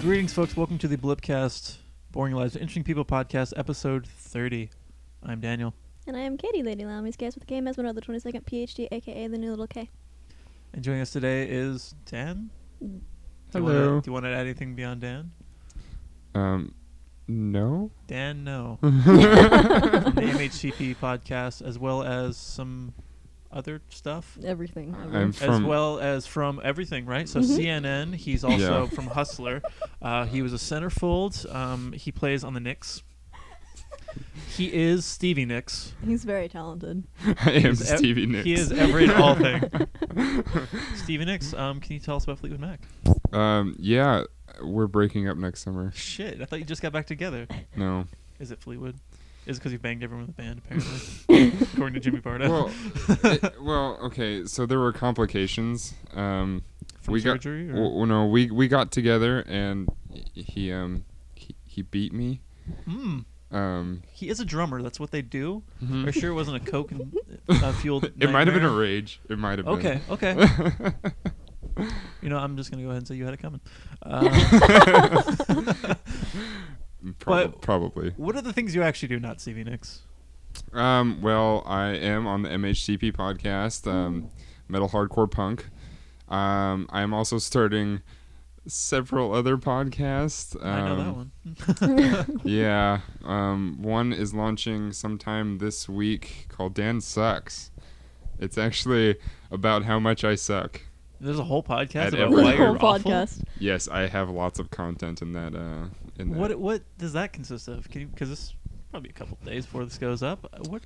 Greetings, folks. Welcome to the Blipcast, Boring Lives, of Interesting People podcast, episode 30. I'm Daniel. And I am Katie, Lady Lalamie's guest with KMS Monroe, the 22nd PhD, aka the new little K. And joining us today is Dan. Do you wanna- Hello. Do you want to add anything beyond Dan? Um, no. Dan, no. From the MHCP podcast, as well as some other stuff. Everything. I'm as from. Mm-hmm. well as from everything, right? So CNN. He's also from Hustler. Uh, he was a centerfold. Um, he plays on the Knicks. He is Stevie Nicks. He's very talented. I am He's ev- Stevie Nicks. He is every and all thing. Stevie Nicks, um, can you tell us about Fleetwood Mac? Um, yeah, we're breaking up next summer. Shit, I thought you just got back together. No. Is it Fleetwood? Is it because you banged everyone in the band, apparently? According to Jimmy Bardo. well, it- well, okay. So there were complications. Um, From we surgery? got. or- w- no, we we got together and he um he, he beat me. Mm, Um, he is a drummer. That's what they do. Mhm. Are you sure it wasn't a coke and uh, fueled it might have been a nightmare? rage. It might have Okay, been. okay. You know, I'm just gonna go ahead and say you had it coming. Uh, Prob- But- probably. what are the things you actually do, not Stevie Nicks? Um, well, I am on the MHCP podcast, um, Metal Hardcore Punk. Um, I'm also starting several other podcasts. Um, I know that one. yeah. Um, one is launching sometime this week called Dan Sucks. It's actually about how much I suck. There's a whole podcast At about every- why Whole you're awful. Yes, I have lots of content in that. Uh, in that. What what does that consist of? Can you because this probably a couple days before this goes up. Uh, What?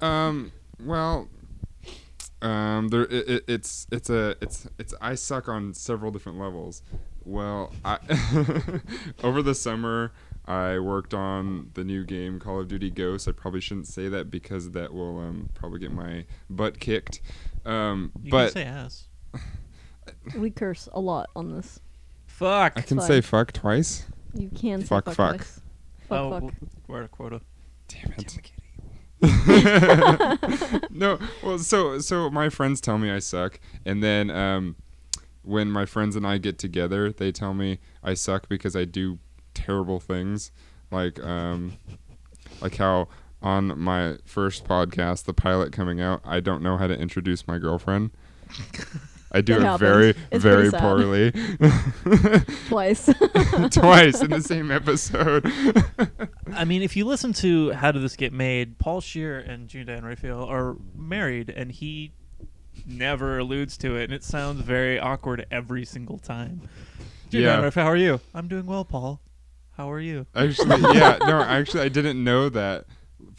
Um. Well. Um. There. It, it, it's. It's a. It's. It's. I suck on several different levels. Well, I. over the summer, I worked on the new game Call of Duty Ghosts. I probably shouldn't say that because that will um probably get my butt kicked. Um. You but can say ass. We curse a lot on this. I Fuck. can fuck. say fuck twice. You can say Fuck, fuck fuck. twice. Fuck, Oh, fuck. w- we're at a quota. Damn it. McKitty. no, well, so so my friends tell me I suck, and then um, when my friends and I get together, they tell me I suck because I do terrible things, like um, like how on my first podcast, the pilot coming out, I don't know how to introduce my girlfriend. I do It it, happens. very It's pretty very sad. poorly Twice. twice in the same episode. I mean, if you listen to How Did This Get Made, Paul Shear and June Dan Raphael are married, and he never alludes to it, and it sounds very awkward every single time. June Yeah. Dan Raphael, how are you? I'm doing well, Paul. How are you? Actually, yeah, no, actually, I didn't know that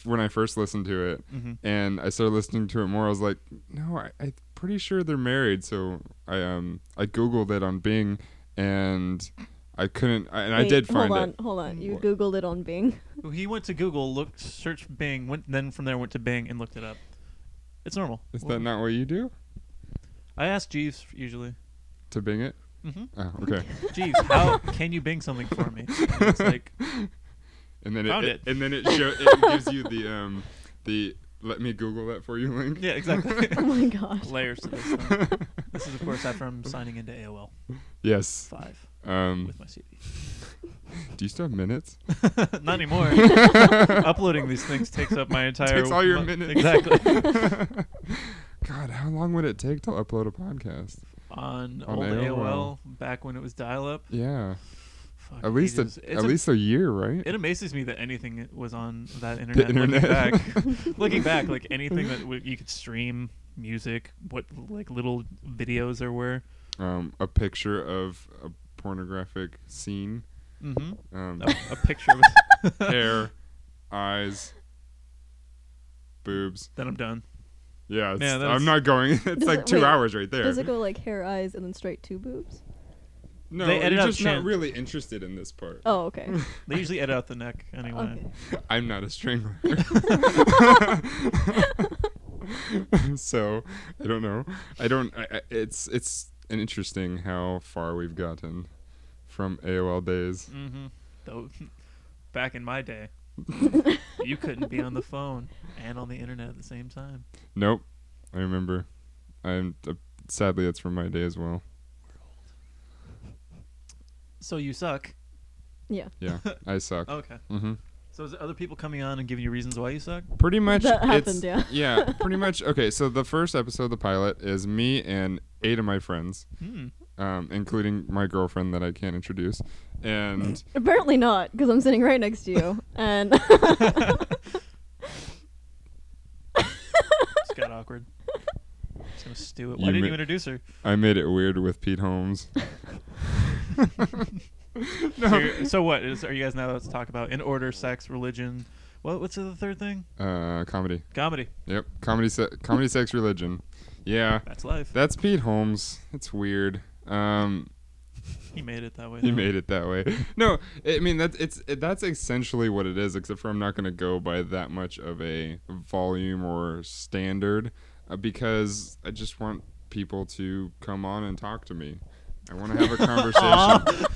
when I first listened to it, Mm-hmm. and I started listening to it more. I was like, no, I, I'm pretty sure they're married. So I um I googled it on Bing, and I couldn't, I, and I Wait, did find hold on, it. Hold on. You What? Googled it on Bing. He went to Google, looked, searched Bing, went then from there went to Bing and looked it up. It's normal. Is that not what you do I ask Jeeves usually. to Bing it? Mm-hmm. Oh, okay. Jeeves, how can you Bing something for me? And it's like, And then it, Found it- it. and then it show it gives you the um the let me Google that for you link. yeah, exactly. Oh my gosh. Layers to this thing. This is, of course, after I'm signing into AOL Yes. 5 Um. with my CD. Do you still have minutes? Not anymore. Uploading these things takes up my entire. Takes all your mo- minutes. Exactly. God, how long would it take to upload a podcast? On, On old AOL. AOL. back when it was dial-up. Yeah, Fuck, at least a, ages. It's at a- least a year, right? It amazes me that anything was on that internet. Looking back, internet. looking back, like anything that w- you could stream, music, what like little videos there were. um, a picture of a pornographic scene. Mm-hmm. Um, A, a picture. of hair, eyes, boobs. Then I'm done. Yeah, it's, Yeah, that was- I'm not going. It's Does like it- two wait, hours right there. Does it go like hair, eyes, and then straight two boobs? no, They you're edit out just shit. not really interested in this part. Oh, okay. They usually edit out the neck anyway. okay. I'm not a strangler. so I don't know. I don't. I, I- it's it's an interesting how far we've gotten from AOL days. Mm-hmm. Though, back in my day, you couldn't be on the phone and on the internet at the same time. Nope. I remember. I'm uh, sadly that's from my day as well. So you suck. Yeah. Yeah, I suck. Okay. Mm-hmm. So is it other people coming on and giving you reasons why you suck? Pretty much That happened, it's- yeah. yeah, pretty much. Okay, so the first episode of the pilot is me and eight of my friends, Hmm. um, including my girlfriend that I can't introduce, and Apparently not, because I'm sitting right next to you. and It's got awkward. Just gonna stew it. You Why didn't ma- you introduce her? I made it weird with Pete Holmes. So, you're- so what is? Are you guys now let's talk about in order, sex, religion? What what's the third thing? Uh, comedy. Comedy. Yep, comedy, se- comedy, sex, religion. Yeah, That's life. that's Pete Holmes. It's weird. Um, he made it that way. he though. made it that way. No, I mean that's it's it, that's essentially what it is, except for I'm not going to go by that much of a volume or standard, uh, because I just want people to come on and talk to me. I want to have a conversation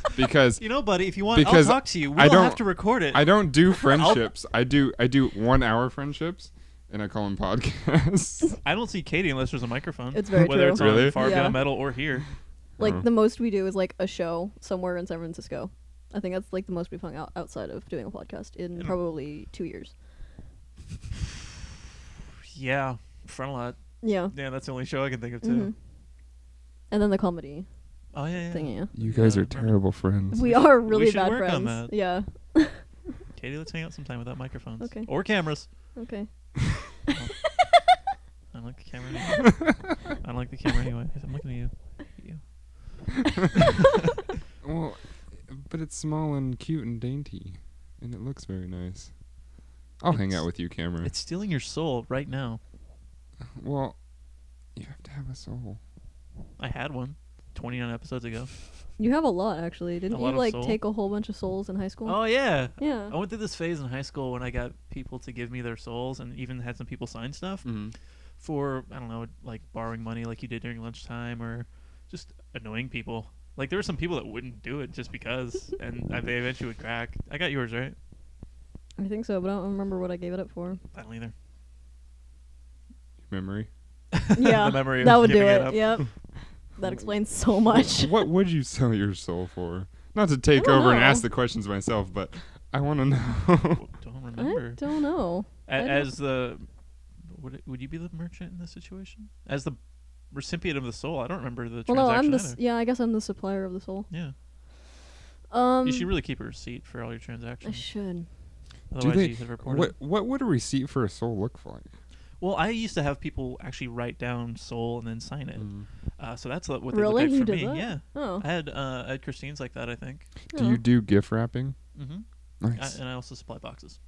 because You know, buddy, if you want, Because I'll talk to you. We'll I don't- have to record it. I don't do friendships. I do I do one hour friendships, and I call them podcasts. I don't see Katie unless there's a microphone. It's very Whether true. it's Really? on Far Yeah. Beyond Metal or here. Oh. Mm-hmm. like the most we do is like a show somewhere in San Francisco. I think that's like the most we've hung out outside of doing a podcast in Yeah. probably two years. Yeah, front lot. Yeah. Yeah, that's the only show I can think of too. Mhm. And then the comedy Oh yeah, yeah. thing, yeah. You guys are terrible friends. We are really should bad work friends. on that. Yeah. Katie, let's hang out sometime without microphones Okay. or cameras. Okay. I don't like the camera. Anyway. I don't like the camera anyway. I'm looking at you. You. Well, but it's small and cute and dainty, and it looks very nice. I'll hang It's- out with you, Cameron. It's stealing your soul right now. Well, you have to have a soul. I had one 29 episodes ago. You have a lot actually. Didn't lot you of like soul. take a whole bunch of souls in high school? Oh yeah. yeah. I went through this phase in high school when I got people to give me their souls and even had some people sign stuff Mm-hmm. for I don't know, like borrowing money like you did during lunchtime or just annoying people. Like there were some people that wouldn't do it just because, and I, they eventually would crack. I got yours right. I think so, but I don't remember what I gave it up for. I don't either. Memory. yeah. the memory of that would do giving it. it up. Yep. that explains so much. what would you sell your soul for? Not to take don't over and know. ask the questions myself, but I want to know. Don't I remember. don't know. A- I don't- as the would it, would you be the merchant in this situation? As the recipient of the soul, I don't remember the Well, no, transaction. I'm the s- either. yeah. I guess I'm the supplier of the soul. Yeah, Um, you should really keep a receipt for all your I transactions. should. Otherwise, you could report what it. What would a receipt for a soul look like? Well, I used to have people actually write down soul and then sign it. Mm. Uh, so that's what they Really? look like You for did me. that? Yeah, Oh. I had uh, I had Christine's like that. I think. Do you do gift wrapping? hmm Nice. I, and I also supply boxes,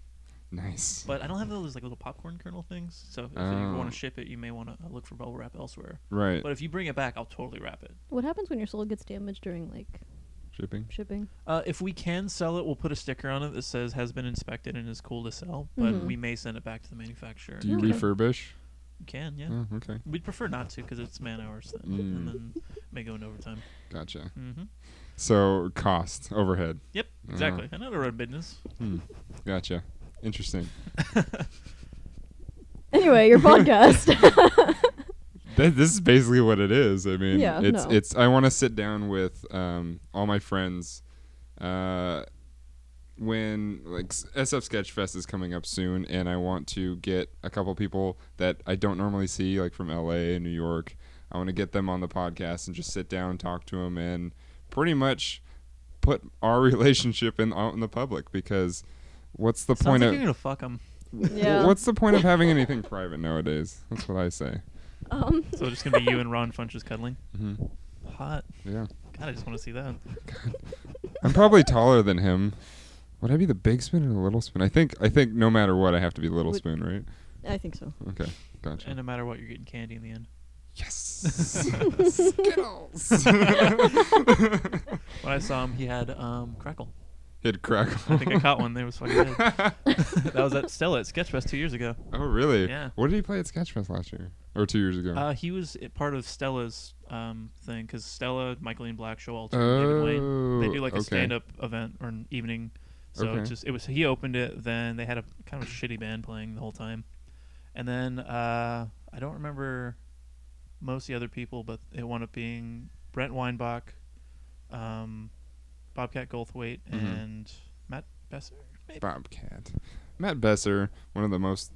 nice. but I don't have those like little popcorn kernel things. So if you Oh. want to ship it, you may want to look for bubble wrap elsewhere. Right. But if you bring it back, I'll totally wrap it. What happens when your soul gets damaged during like Shipping. shipping? Uh, if we can sell it, we'll put a sticker on it that says has been inspected and is cool to sell. But Mhm. we may send it back to the manufacturer. Do you Okay. refurbish? You can, yeah. Oh, okay. We'd prefer not to because it's man hours, then, Mm. and then may go into overtime. Gotcha. hmm So cost overhead. Yep, Ah. exactly. Another road business. Hmm. Gotcha. Interesting. Anyway, your podcast. Th- this is basically what it is. I mean, Yeah, it's no. it's. I want to sit down with um, all my friends. Uh, when like s- SF Sketchfest is coming up soon, and I want to get a couple people that I don't normally see, like from LA and New York. I want to get them on the podcast and just sit down, talk to them, and pretty much put our relationship in out in the public because what's the Sounds point like of you're gonna fuck them. yeah. what's the point of having anything private nowadays? That's what I say. um, So it's just gonna be you and Ron Funches cuddling. hmm Hot. Yeah. God, I just want to see that. I'm probably taller than him. Would I be the big spoon or the little spoon? I think I think no matter what, I have to be little Would- spoon, right? I think so. Okay, gotcha. And no matter what, you're getting candy in the end. yes, Skittles. When I saw him, he had um, crackle. Hit crackle. I think I caught one. There was fucking good. that was at Stella at Sketchfest two years ago. oh, really? Yeah. What did he play at Sketchfest last year or two years ago? Uh, he was i- part of Stella's um, thing because Stella, Michael Ian Black, Showalter, David Wayne. They oh, do like a okay. stand-up event or an evening. So Okay. it just it was he opened it. Then they had a kind of shitty band playing the whole time, and then uh, I don't remember most of the other people, but it wound up being Brent Weinbach, um, Bobcat Goldthwait, Mhm. and Matt Besser. Maybe. Bobcat. Matt Besser, one of the most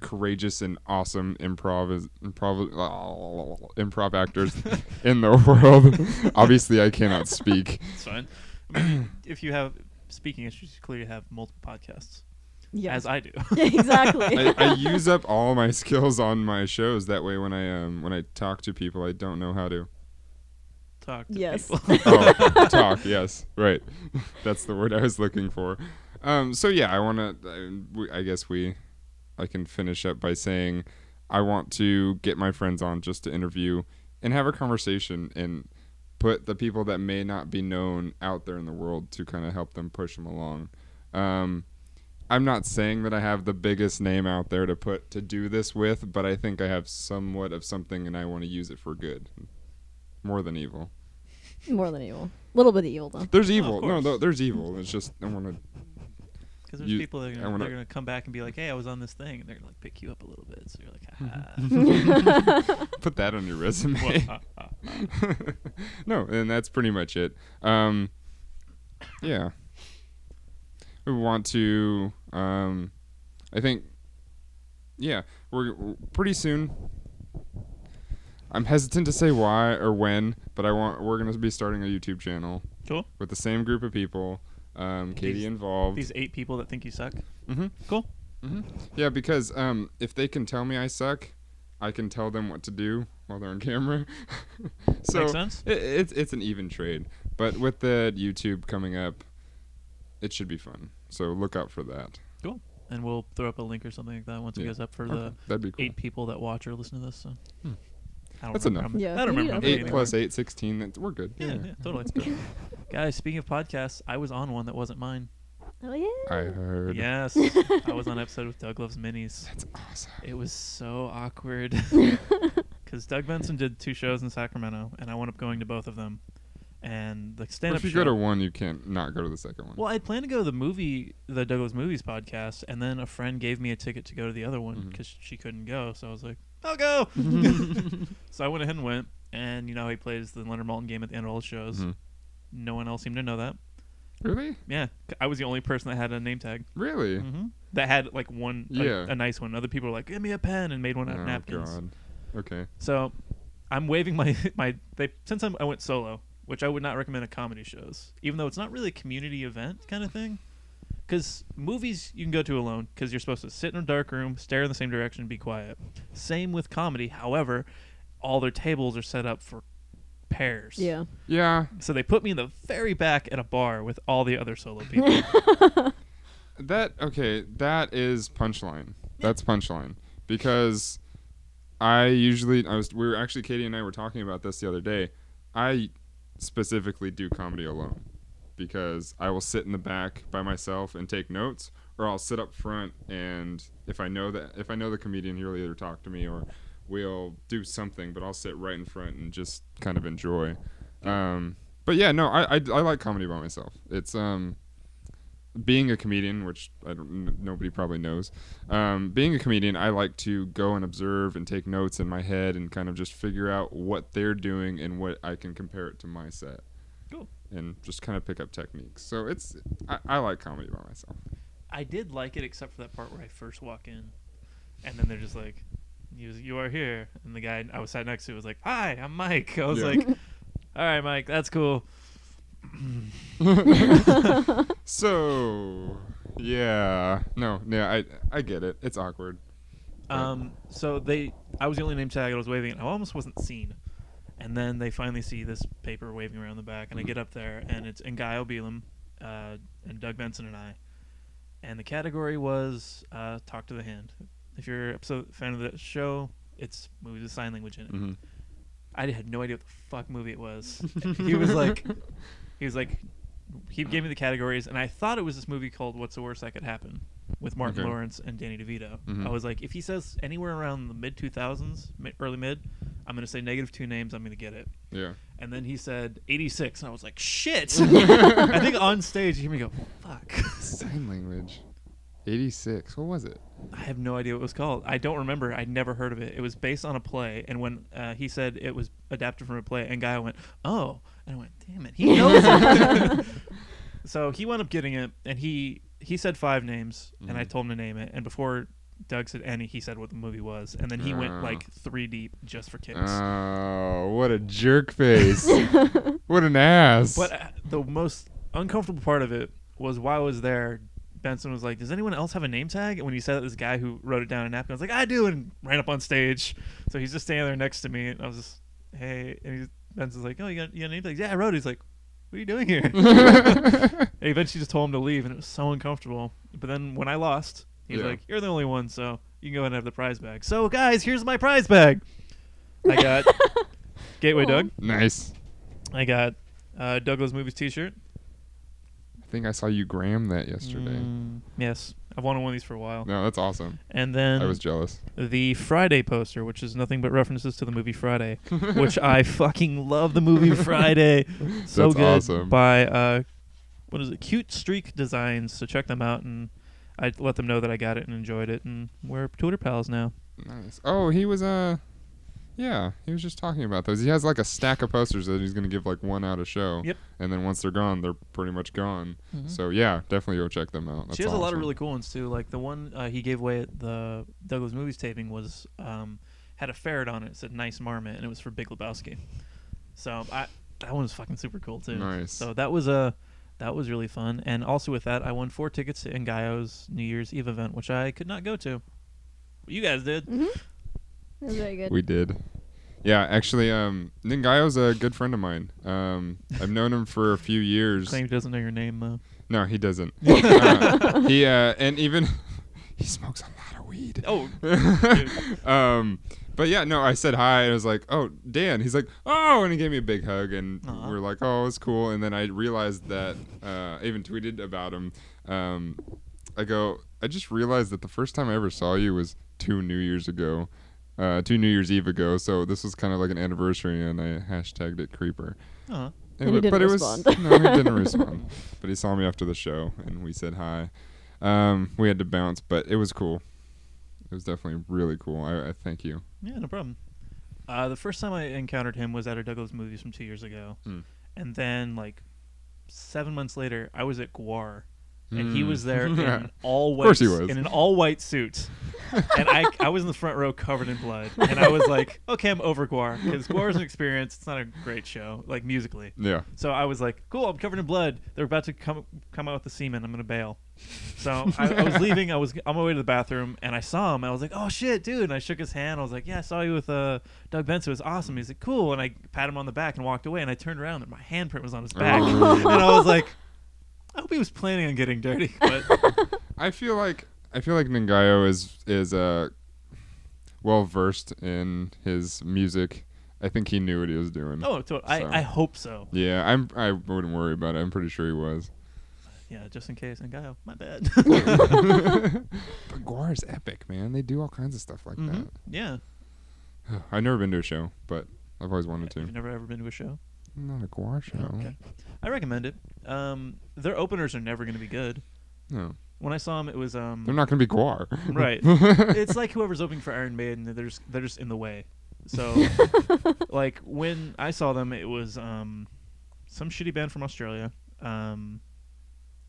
courageous and awesome improv improv improv actors in the world. Obviously, I cannot speak. It's fine. I mean, if you have speaking issues, you clearly have multiple podcasts, Yeah. as I do. exactly. I, I use up all my skills on my shows. That way, when I um when I talk to people, I don't know how to Talk to Yes. people. oh, talk. Yes, right. That's the word I was looking for. Um, so yeah, I want to. I, guess we. I can finish up by saying, I want to get my friends on just to interview and have a conversation and put the people that may not be known out there in the world to kind of help them push them along. Um, I'm not saying that I have the biggest name out there to put to do this with, but I think I have somewhat of something, and I want to use it for good, more than evil. More than evil. A little bit of evil though. There's of evil. no, course. th- there's evil. It's just I want to. Because there's You- people that are I gonna, wanna- they're gonna come back and be like, "Hey, I was on this thing," and they're gonna like pick you up a little bit. So you're like, "Ha Put that on your resume. ha, ha, ha." no, and that's pretty much it. Um, yeah, we want to. Um, I think. Yeah, we're, we're pretty soon. I'm hesitant to say why or when, but I want we're gonna be starting a YouTube channel Cool. with the same group of people. Um, Katie These- involved. These eight people that think you suck. hmm Cool. Yeah, because um, if they can tell me I suck, I can tell them what to do while they're on camera. so Makes sense. It, it's it's an even trade. But with the YouTube coming up, it should be fun. So look out for that. And we'll throw up a link or something like that once it Yeah. goes up for Okay, That'd be the cool. eight people that watch or listen to this. So. I don't That's remember enough. how many- Yeah, I don't you remember. know. how many Eight anymore. plus eight, sixteen. That's, we're good. Yeah, yeah, totally. Guys, speaking of podcasts, I was on one that wasn't mine. Oh yeah. I heard. Yes, I was on an episode with Doug Loves Minis. That's awesome. It was so awkward because Doug Benson did two shows in Sacramento, and I wound up going to both of them. And the Or stand-up if you show. go to one, you can't not go to the second one. well, I planned to go to the movie, the Douglas Movies podcast, and then a friend gave me a ticket to go to the other one Mhm. because she couldn't go. So I was like, I'll go. so I went ahead and went, and you know how he plays the Leonard Malton game at the end of all his shows. Mhm. No one else seemed to know that. Really? Yeah, c- I was the only person that had a name tag Really? hmm that had like one, a- Yeah. a, nice one. Other people were like, "Give me a pen," and made one out of Oh, napkins. God. Okay. So I'm waving my my they since I'm, I went solo, which I would not recommend at comedy shows, even though it's not really a community event kind of thing. Because movies you can go to alone because you're supposed to sit in a dark room, stare in the same direction, and be quiet. Same with comedy. However, all their tables are set up for pairs. Yeah. Yeah. So they put me in the very back at a bar with all the other solo people. That okay, that is punchline. That's punchline because I usually I was we were actually Katie and I were talking about this the other day. I specifically do comedy alone because I will sit in the back by myself and take notes or I'll sit up front and if I know that if I know the comedian he'll either talk to me or we'll do something but I'll sit right in front and just kind of enjoy. Um but yeah, no, I, I, I like comedy by myself. It's um being a comedian, which I don't, n- nobody probably knows, um, being a comedian, I like to go and observe and take notes in my head and kind of just figure out what they're doing and what I can compare it to my set. Cool. And just kind of pick up techniques. So it's, I, I like comedy by myself. I did like it, except for that part where I first walk in, and then they're just like, "You, you are here," and the guy I was sat next to was like, "Hi, I'm Mike." I was Yeah. like, "All right, Mike, that's cool." Mm-hmm. So, yeah, no, yeah, I, I get it. It's awkward. Um, so they, I was the only name tag I was waving, and I almost wasn't seen. And then they finally see this paper waving around the back, and I get up there, and it's Ngayo Belem, uh, and Doug Benson and I. And the category was uh, Talk to the Hand. If you're a so- fan of the show, it's movies with sign language in it. Mhm. I had no idea what the fuck movie it was. he was like, he was like, he gave me the categories, and I thought it was this movie called "What's the Worst That Could Happen" with Martin Okay. Lawrence and Danny DeVito. Mhm. I was like, if he says anywhere around the mid two thousands, early mid, I'm gonna say negative two names. I'm gonna get it. Yeah. And then he said 86, and I was like, shit. I think on stage, you hear me go, fuck. Sign language. 86. What was it? I have no idea what it was called. I don't remember. I'd never heard of it. It was based on a play, and when uh, he said it was adapted from a play, and guy went, oh, and I went, damn it, he knows it. so he wound up getting it, and he he said five names, and I Mhm. told him to name it, and before. Doug said any. He said what the movie was, and then he went Oh. like three deep just for kicks. Oh, what a jerk face. what an ass. But uh, the most uncomfortable part of it was while I was there, Benson was like, "Does anyone else have a name tag?" And when he said that, this guy who wrote it down in a napkin was like, "I do," and ran up on stage. So he's just standing there next to me, and I was just, "Hey," and he's, Benson's like, "Oh, you got, you got a name tag?" Yeah, I wrote it. He's like, "What are you doing here?" and eventually, just told him to leave, and it was so uncomfortable. But then when I lost, he's Yeah. like, "You're the only one, so you can go ahead and have the prize bag." So guys, here's my prize bag. I got Gateway Aw. Doug. nice. I got uh, Douglas Movies T-shirt. I think I saw you gram that yesterday. Mm, yes, I've wanted one of these for a while. No, that's awesome. And then I was jealous. the Friday poster, which is nothing but references to the movie Friday, which I fucking love the movie Friday. So That's good awesome. by uh, what is it? Cute Streak Designs. So check them out and. I let them know that I got it and enjoyed it, and we're Twitter pals now. Nice. Oh, he was uh yeah, he was just talking about those. He has like a stack of posters that he's gonna give like one out a show. Yep. Mm-hmm. And then once they're gone, they're pretty much gone. So yeah, definitely go check them out. That's she has a lot of awesome. really cool ones too. Like the one uh, he gave away at the Douglas Movies taping was um, had a ferret on it. It said "Nice Marmot," and it was for Big Lebowski. So I that one was fucking super cool too. Nice. So that was a that was really fun. And also with that, I won four tickets to Ngayo's New Year's Eve event, which I could not go to. You guys did. hmm That's very good. We did. Yeah, actually, um, Ningayo's a good friend of mine. Um, I've known him for a few years. Claim he doesn't know your name though. No, he doesn't. Uh, he uh, and even he smokes a lot of weed. Oh, um, but yeah, no, I said hi and I was like, "Oh, Dan." He's like, "Oh," and he gave me a big hug, and Aw. we are like, "Oh, it's cool." And then I realized that uh, I even tweeted about him. Um, I go, I just realized that the first time I ever saw you was two New Years ago, uh, two New Years Eve ago. So this was kind of like an anniversary, and I hashtagged it creeper. uh And he but- but didn't It was, respond. no, he didn't respond. But he saw me after the show, and we said hi. Um, we had to bounce, but it was cool. It was definitely really cool. I, I thank you. Yeah, no problem. Uh, the first time I encountered him was at a Douglas movies from two years ago, Mm. and then like seven months later, I was at Guar, and he was there in an all white Hmm. course he s- was. in an all white suit, and I I was in the front row covered in blood, and I was like, okay, I'm over Guar because Guar is an experience. It's not a great show like musically, Yeah. so I was like, cool, I'm covered in blood. They're about to come come out with the semen. I'm gonna bail. So I, I was leaving. I was on my way to the bathroom, and I saw him. I was like, "Oh shit, dude!" And I shook his hand. I was like, "Yeah, I saw you with uh, Doug Benson. It was awesome." He's like, "Cool." And I pat him on the back and walked away. And I turned around, and my handprint was on his back. Oh. and I was like, "I hope he was planning on getting dirty." But I feel like I feel like Ningayo is is uh well versed in his music. I think he knew what he was doing. oh, to- So. I, I hope so. Yeah, I'm. I wouldn't worry about it. I'm pretty sure he was. Yeah, just in case. And guy, my bad. But Guar is epic, man. They do all kinds of stuff like Mhm. Yeah, that. I've never been to a show, but I've always wanted to. you've never ever been to a show. Not a Guar show. Okay. I recommend it. Um, their openers are never going to be good. No, When I saw him, it was um, they're not gonna be Guar. Right. it's like whoever's opening for Iron Maiden, they're just, they're just in the way. So, like when I saw them, it was um, some shitty band from Australia, um,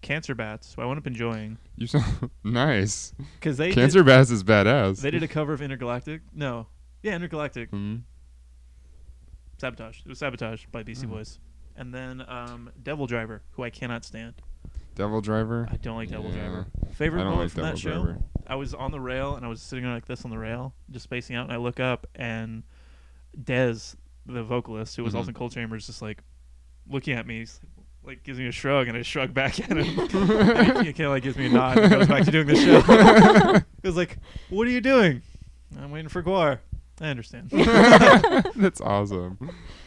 Cancer Bats, who I wound up enjoying You sound nice. because they Cancer Bass is badass. did, they did a cover of Intergalactic. No, yeah, Intergalactic Mhm. Sabotage. It was Sabotage by BC Oh. Boys, and then um, Devil Driver, who I cannot stand. Devil Driver. I don't like Devil Yeah. Driver. I Favorite don't moment like from Devil that show? Driver. I was on the rail and I was sitting like this on the rail, just spacing out, and I look up and Dez, the vocalist who was also Mhm. in Cold Chamber, is just like looking at me. He's like, like gives me a shrug and I shrug back at him. and he kind of like gives me a nod and goes back to doing the show. it was like, "What are you doing?" I'm waiting for Guar. I understand. That's awesome.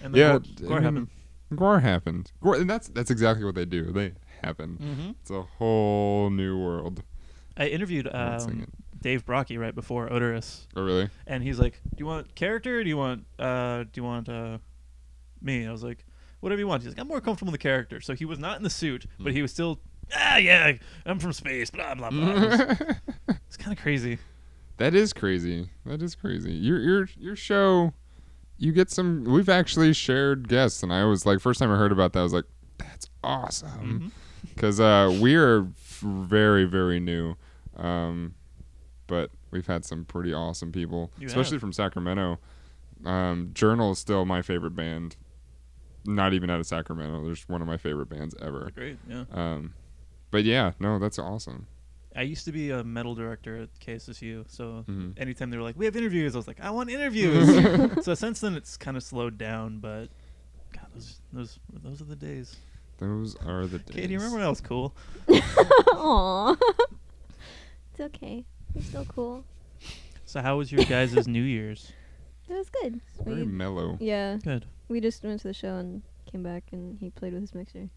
And then yeah, Guar, Guar I mean, happened. Guar happened. Guar, and that's that's exactly what they do. They happen. Mm-hmm. It's a whole new world. I interviewed I won't sing um, Dave Brocky right before Odorous, Oh really? and he's like, "Do you want character? Or do you want uh, do you want uh, me?" And I was like, "Whatever you want." He's like, "I'm more comfortable in the character." So he was not in the suit, but he was still, ah, yeah, I'm from space, blah blah blah. it's kind of crazy. That is crazy. That is crazy. Your your your show, you get some. We've actually shared guests, and I was like, first time I heard about that, I was like, that's Mm-hmm. awesome, because uh, we are f- very very new, um, but we've had some pretty awesome people, You especially have. from Sacramento. Um, Journal is still my favorite band. Not even out of Sacramento. They're just one of my favorite bands ever. Great, yeah. Um, but yeah, no, that's awesome. I used to be a metal director at KSSU, so Mhm. anytime they were like, "We have interviews," I was like, "I want interviews." so since then, it's kind of slowed down, but God, those those those are the days. Those are the days. Katie, remember when I was cool? Aw. It's okay. You're still cool. So how was your guys' New Year's? It was good. Very We- mellow. yeah, Good. we just went to the show and came back, and he played with his mixer.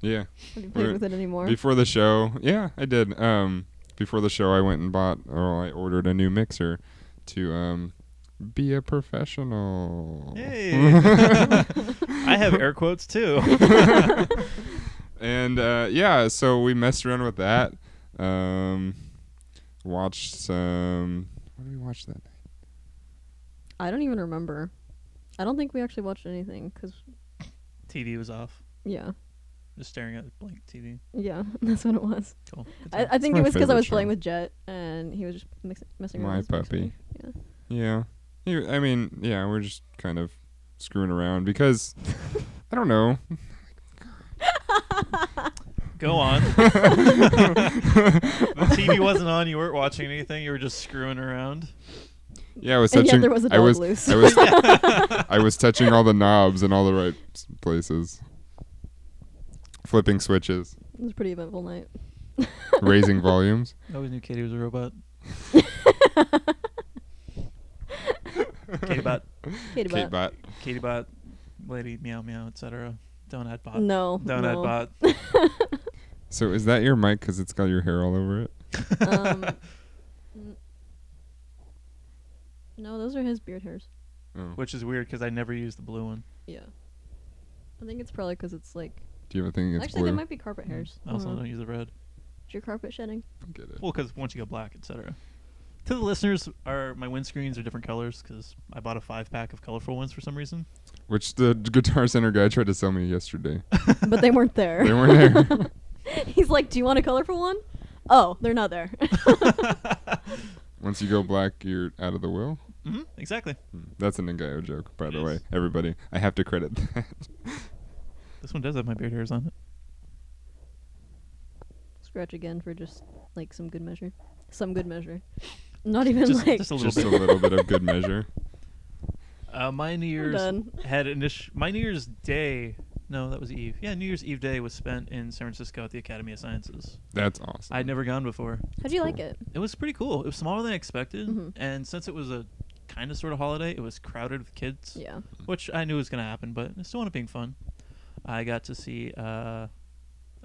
Yeah. I didn't We're- play with it anymore. Before the show, yeah, I did. Um, before the show, I went and bought or I ordered a new mixer to um, be a professional. Hey, I have air quotes too. and uh, yeah, so we messed around with that. Um, watched some. What did we watch that? night? I don't even remember. I don't think we actually watched anything because TV was off. yeah, Just staring at blank TV. yeah, that's what it was. Cool. Good I, time. I think my it was because I favorite was playing show. with Jet and he was just mix- messing around. My with his mixer. puppy. Yeah. Yeah. You- I mean, yeah, we're just kind of screwing around because I don't know. Go on. the TV wasn't on. You weren't watching anything. You were just screwing around. Yeah, I was And touching. yet there was a I dog was, loose. I was, I was touching all the knobs in all the right s- places, flipping switches, It was a pretty eventful night. raising volumes. I always knew Katie was a robot. Katie bot, Katie Kate bot. bot. Katie bot, lady meow meow, etc. Don't add bot. No. Don't no. add So is that your mic? Because it's got your hair all over it. bot. Um, n- no, those are his beard hairs. Oh. Which is weird because I never use the blue one. Yeah. I think it's probably because it's like. Do you have a thing that's actually, blue? they might be carpet hairs. I also don't know. don't use the red. Is your carpet shedding? Get it. Well, because once you go black, etc. To the listeners, are my windscreens are different colors because I bought a five pack of colorful ones for some reason. Which the Guitar Center guy tried to sell me yesterday. but they weren't there. they weren't there. He's like, "Do you want a colorful one?" Oh, they're not there. Once you go black, you're out of the will. hmm exactly. That's an Ngayo joke, by the It way. is. Everybody, I have to credit that. This one does have my beard hairs on it. Scratch again for just like some good measure. Some good measure. Not even Just, like just a little Just a bit. little bit of good measure. Uh, my New We're Year's done. had initial. My New Year's Day. No, that was Eve. Yeah, New Year's Eve day was spent in San Francisco at the Academy of Sciences. That's awesome. I'd never gone before. How'd you like it? It was pretty cool. It was smaller than I expected, Mhm. and since it was a kind of sort of holiday, it was crowded with kids. Yeah. which I knew was going to happen, but it still ended up being fun. I got to see uh,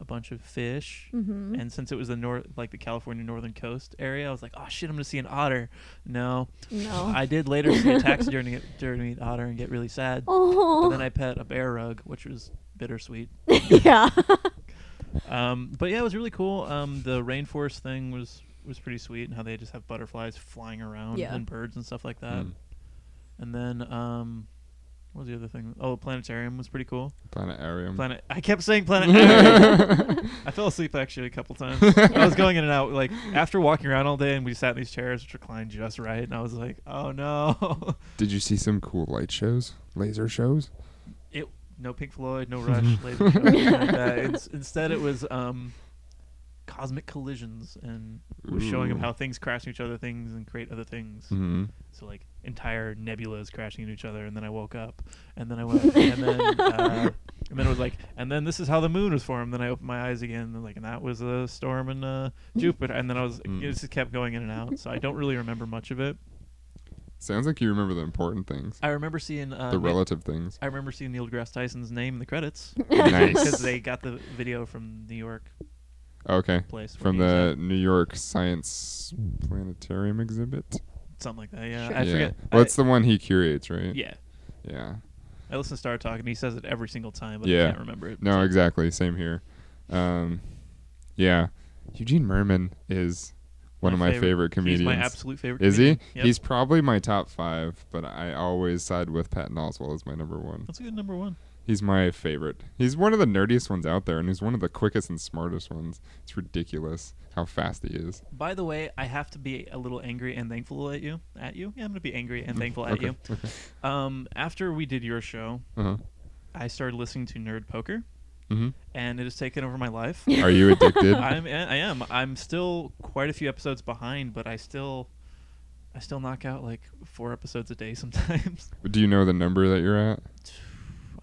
a bunch of fish, Mm-hmm. and since it was the north, like the California northern coast area, I was like, "Oh shit, I'm going to see an otter." No, no. I did later see a taxidermy dermy otter and get really sad. But then oh. I pet a bear rug, which was bittersweet. yeah. Um, but yeah, it was really cool. Um, the rainforest thing was was pretty sweet, and how they just have butterflies flying around Yeah. and birds and stuff like that. Mm. And then um, what was the other thing? Oh, planetarium was pretty cool. Planetarium. Planet. I kept saying planet. I fell asleep actually a couple times. I was going in and out. Like after walking around all day, and we sat in these chairs which reclined just right, and I was like, "Oh no, Did you see some cool light shows? Laser shows? it no Pink Floyd, no Rush, laser show, nothing like that. It's, instead, it was um, cosmic collisions, and it was showing them Ooh. how things crash into each other, things and create other things. Mm-hmm. So like entire nebulas crashing into each other, and then I woke up, and then I went, and then uh, and then it was like, and then this is how the moon was formed. Then I opened my eyes again, and like, and that was a storm in uh, Jupiter, and then I was Mm. it just kept going in and out. So I don't really remember much of it. Sounds like you remember the important things, I remember seeing uh, the Ma- relative things. I remember seeing Neil deGrasse Tyson's name in the credits because nice. they got the video from New York Okay. place where From he was the New York Science Planetarium exhibit. at, something like that. Yeah, Sure. I yeah. forget. Well, I- it's the one he curates, right? yeah, Yeah. I listen to Star Talk and he says it every single time, but I Yeah. can't remember it. No, So- exactly. Same here. Um, yeah. Eugene Merman is one of my favorite, comedians. He's my absolute favorite. is he? comedian. Yep. He's probably my top five, but I always side with Patton Oswalt as my number one. that's a good number one. He's my favorite. He's one of the nerdiest ones out there, and he's one of the quickest and smartest ones. It's ridiculous how fast he is. By the way, I have to be a little angry and thankful at you. At you, yeah, I'm gonna be angry and thankful at Mm, okay, you. Um, after we did your show, Uh-huh. I started listening to Nerd Poker, Mhm. and it has taken over my life. Are you addicted? I'm I am. I'm still quite a few episodes behind, but I still I still knock out like four episodes a day sometimes. Do you know the number that you're at?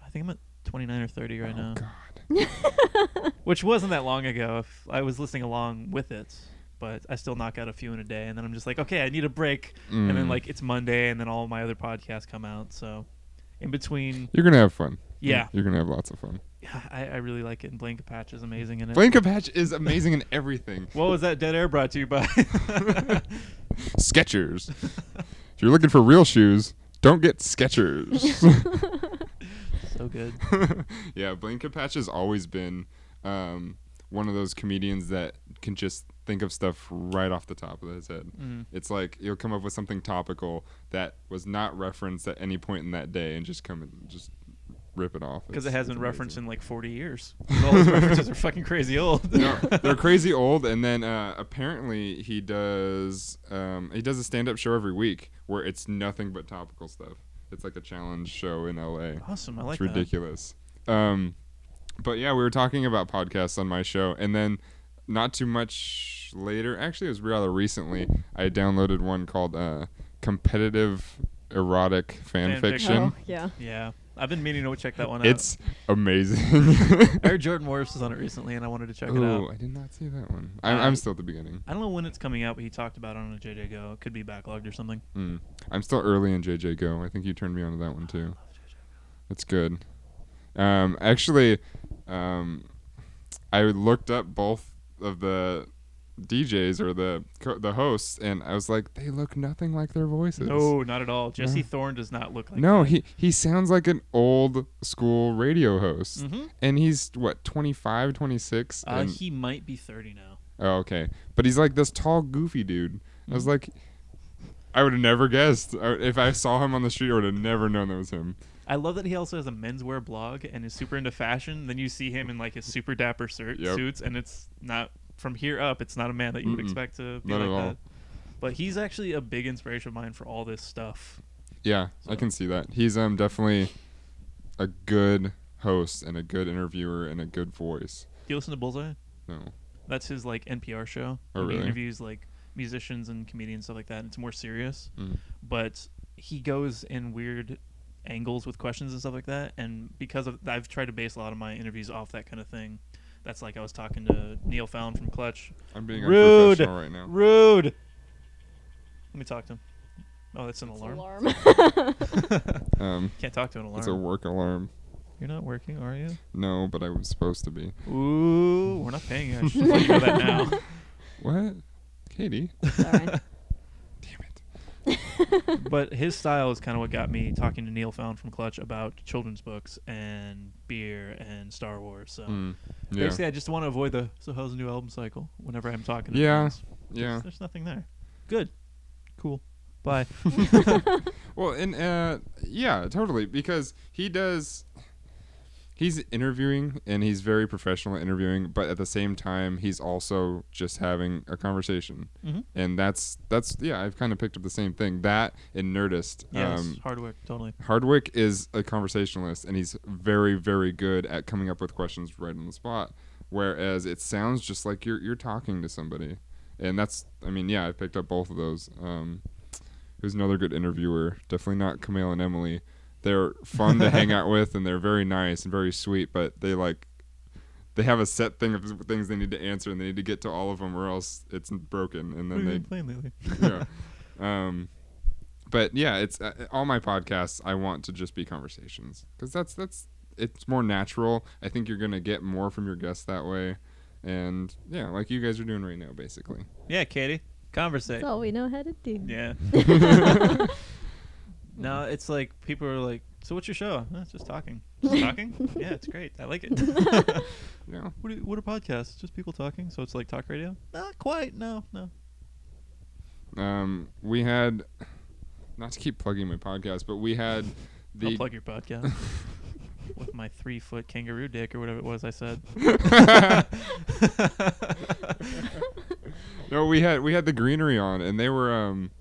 I think I'm at 29 or 30 right oh, now, God. which wasn't that long ago. If I was listening along with it, but I still knock out a few in a day, and then I'm just like, okay, I need a break, and then Mm. like it's Monday, and then all my other podcasts come out. So in between, You're gonna have fun. Yeah. You're gonna have lots of fun. I, I really like it. And Blank Patch is amazing in it. Blanca Patch is amazing in everything. What was that dead air brought to you by? Skechers. If you're looking for real shoes, don't get Skechers. so good. yeah, Blaine Patch has always been um, one of those comedians that can just think of stuff right off the top of his head. Mm. It's like he'll come up with something topical that was not referenced at any point in that day and just come and just rip it off. Because it It's- hasn't it's been referenced amazing. in like 40 years. 'Cause All those references are fucking crazy old. No, they're crazy old. And then uh, apparently he does um, he does a stand up show every week where it's nothing but topical stuff. It's like a challenge show in L.A. Awesome. I like it's ridiculous. Um, but yeah, we were talking about podcasts on my show, and then not too much later, actually, it was rather recently. I downloaded one called uh, "Competitive Erotic Fan, Fan Fiction." fiction. Oh, yeah. that. Yeah. I've been meaning to check that one out. It's amazing. I heard Jordan Morris was on it recently and I wanted to check it Ooh, out. I did not see that one. I'm, Uh, I'm still at the beginning. I don't know when it's coming out, but he talked about it on a JJ Go. It could be backlogged or something. Mm. I'm still early in JJ Go. I think you turned me on to that one too. That's good. Um, actually, um, I looked up both of the DJs or the co- the hosts, and I was like, they look nothing like their voices. No, not at all. Jesse No. Thorne does not look like no, that. he he sounds like an old school radio host, Mhm. and he's what 25, 26? Uh, and- he might be 30 now. Oh, okay. But he's like this tall, goofy dude. I Mm. was like, I would have never guessed. I, if I saw him on the street, I would have never known that was him. I love that he also has a menswear blog and is super into fashion. Then you see him in like his super dapper suit, Yep. suits, and it's not from here up. It's not a man that you would Mm-mm. expect to be Not at like all. that. But he's actually a big inspiration of mine for all this stuff. Yeah, I So- can see that. He's um definitely a good host and a good interviewer and a good voice. Do you listen to Bullseye? No. That's his like NPR show. Oh, where He really? interviews like musicians and comedians stuff like that. And it's more serious, Mm. but he goes in weird angles with questions and stuff like that. And because of I've tried to base a lot of my interviews off that kind of thing. That's like I was talking to Neil Fallon from Clutch. I'm being Rude. unprofessional right now. Rude. Let me talk to him. Oh, that's an It's alarm. alarm. Um, Can't talk to an alarm. it's a work alarm. You're not working, are you? No, but I was supposed to be. Ooh, we're not paying you. I should let you know that now. What? Katie? Sorry. Damn it. but his style is kind of what got me talking to Neil Fallon from Clutch about children's books and beer and Star Wars. So Mm. Yeah. basically, I just want to avoid the so how's the new album cycle whenever I'm talking. To Yeah, friends. Yeah. There's, there's nothing there. Good, cool. Bye. Well, and uh, yeah, totally, because he does. He's interviewing and he's very professional at interviewing, but at the same time, he's also just having a conversation, Mhm. and that's that's yeah. I've kind of picked up the same thing. That and Nerdist. um, yes, hard work, totally. Hardwick is a conversationalist and he's very, very good at coming up with questions right on the spot. Whereas it sounds just like you're you're talking to somebody, and that's I mean yeah I picked up both of those. Um, who's another good interviewer? Definitely not Camille and Emily. They're fun to hang out with and they're very nice and very sweet, but they like they have a set thing of things they need to answer and they need to get to all of them or else it's broken. And What have you then they been playing lately? yeah. Um, but yeah, it's uh, all my podcasts. I want to just be conversations because that's that's it's more natural. I think you're gonna get more from your guests that way, and yeah, like you guys are doing right now, basically. Yeah, Katie, conversate. That's all we know how to do. Yeah. no, it's like people are like, so what's your show? "Eh, it's just talking. Just talking? yeah, it's great. I like it. Yeah, what, do you, what are podcasts? Just people talking? So it's like talk radio? Not quite. No, no. um, we had not to keep plugging my podcast, but we had I'll the plug your podcast with my three foot kangaroo dick or whatever it was I said. No, we had we had the greenery on, and they were um,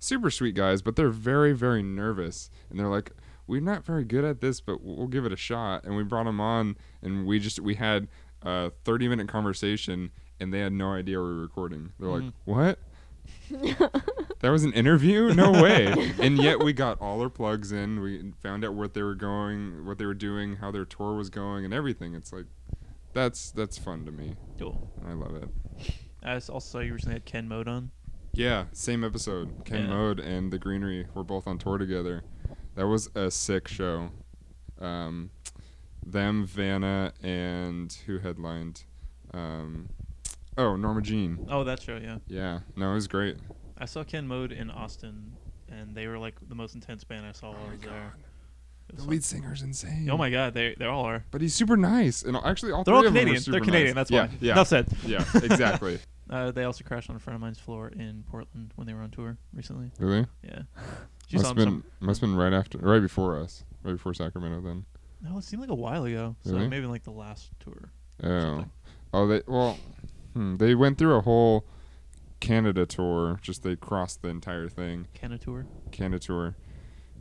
super sweet guys, but they're very very nervous, and they're like, we're not very good at this, but we'll give it a shot. And we brought them on, and we just we had a thirty minute conversation, and they had no idea we were recording. They're like, Mhm. what? that was an interview? No way! and yet we got all our plugs in. We found out what they were going, what they were doing, how their tour was going, and everything. It's like, that's that's fun to me. cool. I love it. I s- also saw you recently had Ken Mode on. Yeah, same episode. Ken Yeah. Mode and The Greenery were both on tour together. That was a sick show. Um, them, Vanna, and who headlined? Um, oh, Norma Jean. Oh, that show, yeah. Yeah, no, it was great. I saw Ken Mode in Austin, and they were like the most intense band I saw while I was there. It was The fun. lead singer's insane. Oh my god, they they all are. But he's super nice, and actually, all They're three all of them were Canadian. They're super Canadian. nice. That's why. Yeah, yeah, Enough said. yeah, exactly. Uh, they also crashed on a friend of mine's floor in Portland when they were on tour recently. really? Yeah. She Must saw have them. Some, been must have been right after, right before us, right before Sacramento. Then. no, it seemed like a while ago. So Really? maybe like the last tour. Oh, something. oh, they well, hmm, they went through a whole Canada tour. Just they crossed the entire thing. Canada tour. Canada tour.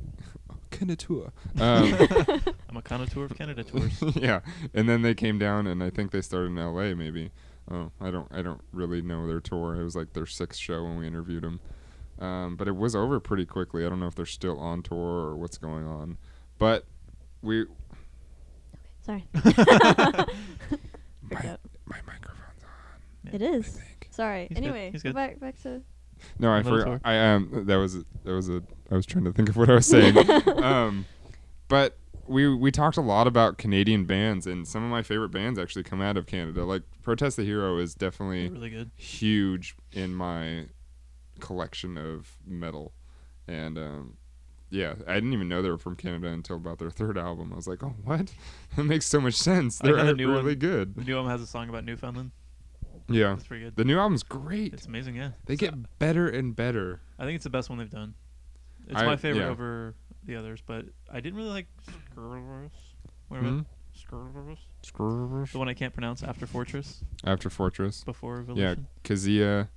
Canada tour. Um, I'm a Canada tour of Canada tours. yeah, and then they came down, and I think they started in L.A. Maybe. Oh, I don't, I don't really know their tour. It was like their sixth show when we interviewed them, um, but it was over pretty quickly. I don't know if they're still on tour or what's going on, but we. Sorry. My, Freaked out. my microphone's on. It is. I think. Sorry. He's good. anyway, He's good. back back to No, I Little forgot. I um, that was that was a. I was trying to think of what I was saying. um, but we we talked a lot about Canadian bands, and some of my favorite bands actually come out of Canada. Like Protest the Hero is definitely really good. huge in my collection of metal, and um, yeah, I didn't even know they were from Canada until about their third album. I was like, oh, what? That makes so much sense. I like They're how the new really one- good. The new album has a song about Newfoundland. Yeah, That's pretty good. the new album's great. It's amazing, yeah. they get better and better. I think it's the best one they've done. It's I- my favorite yeah. over the others, but I didn't really like Skrullrus. Whatever. Hmm? Skrullrus? The one I can't pronounce after Fortress, After Fortress. before Yeah, Evolution. Kazia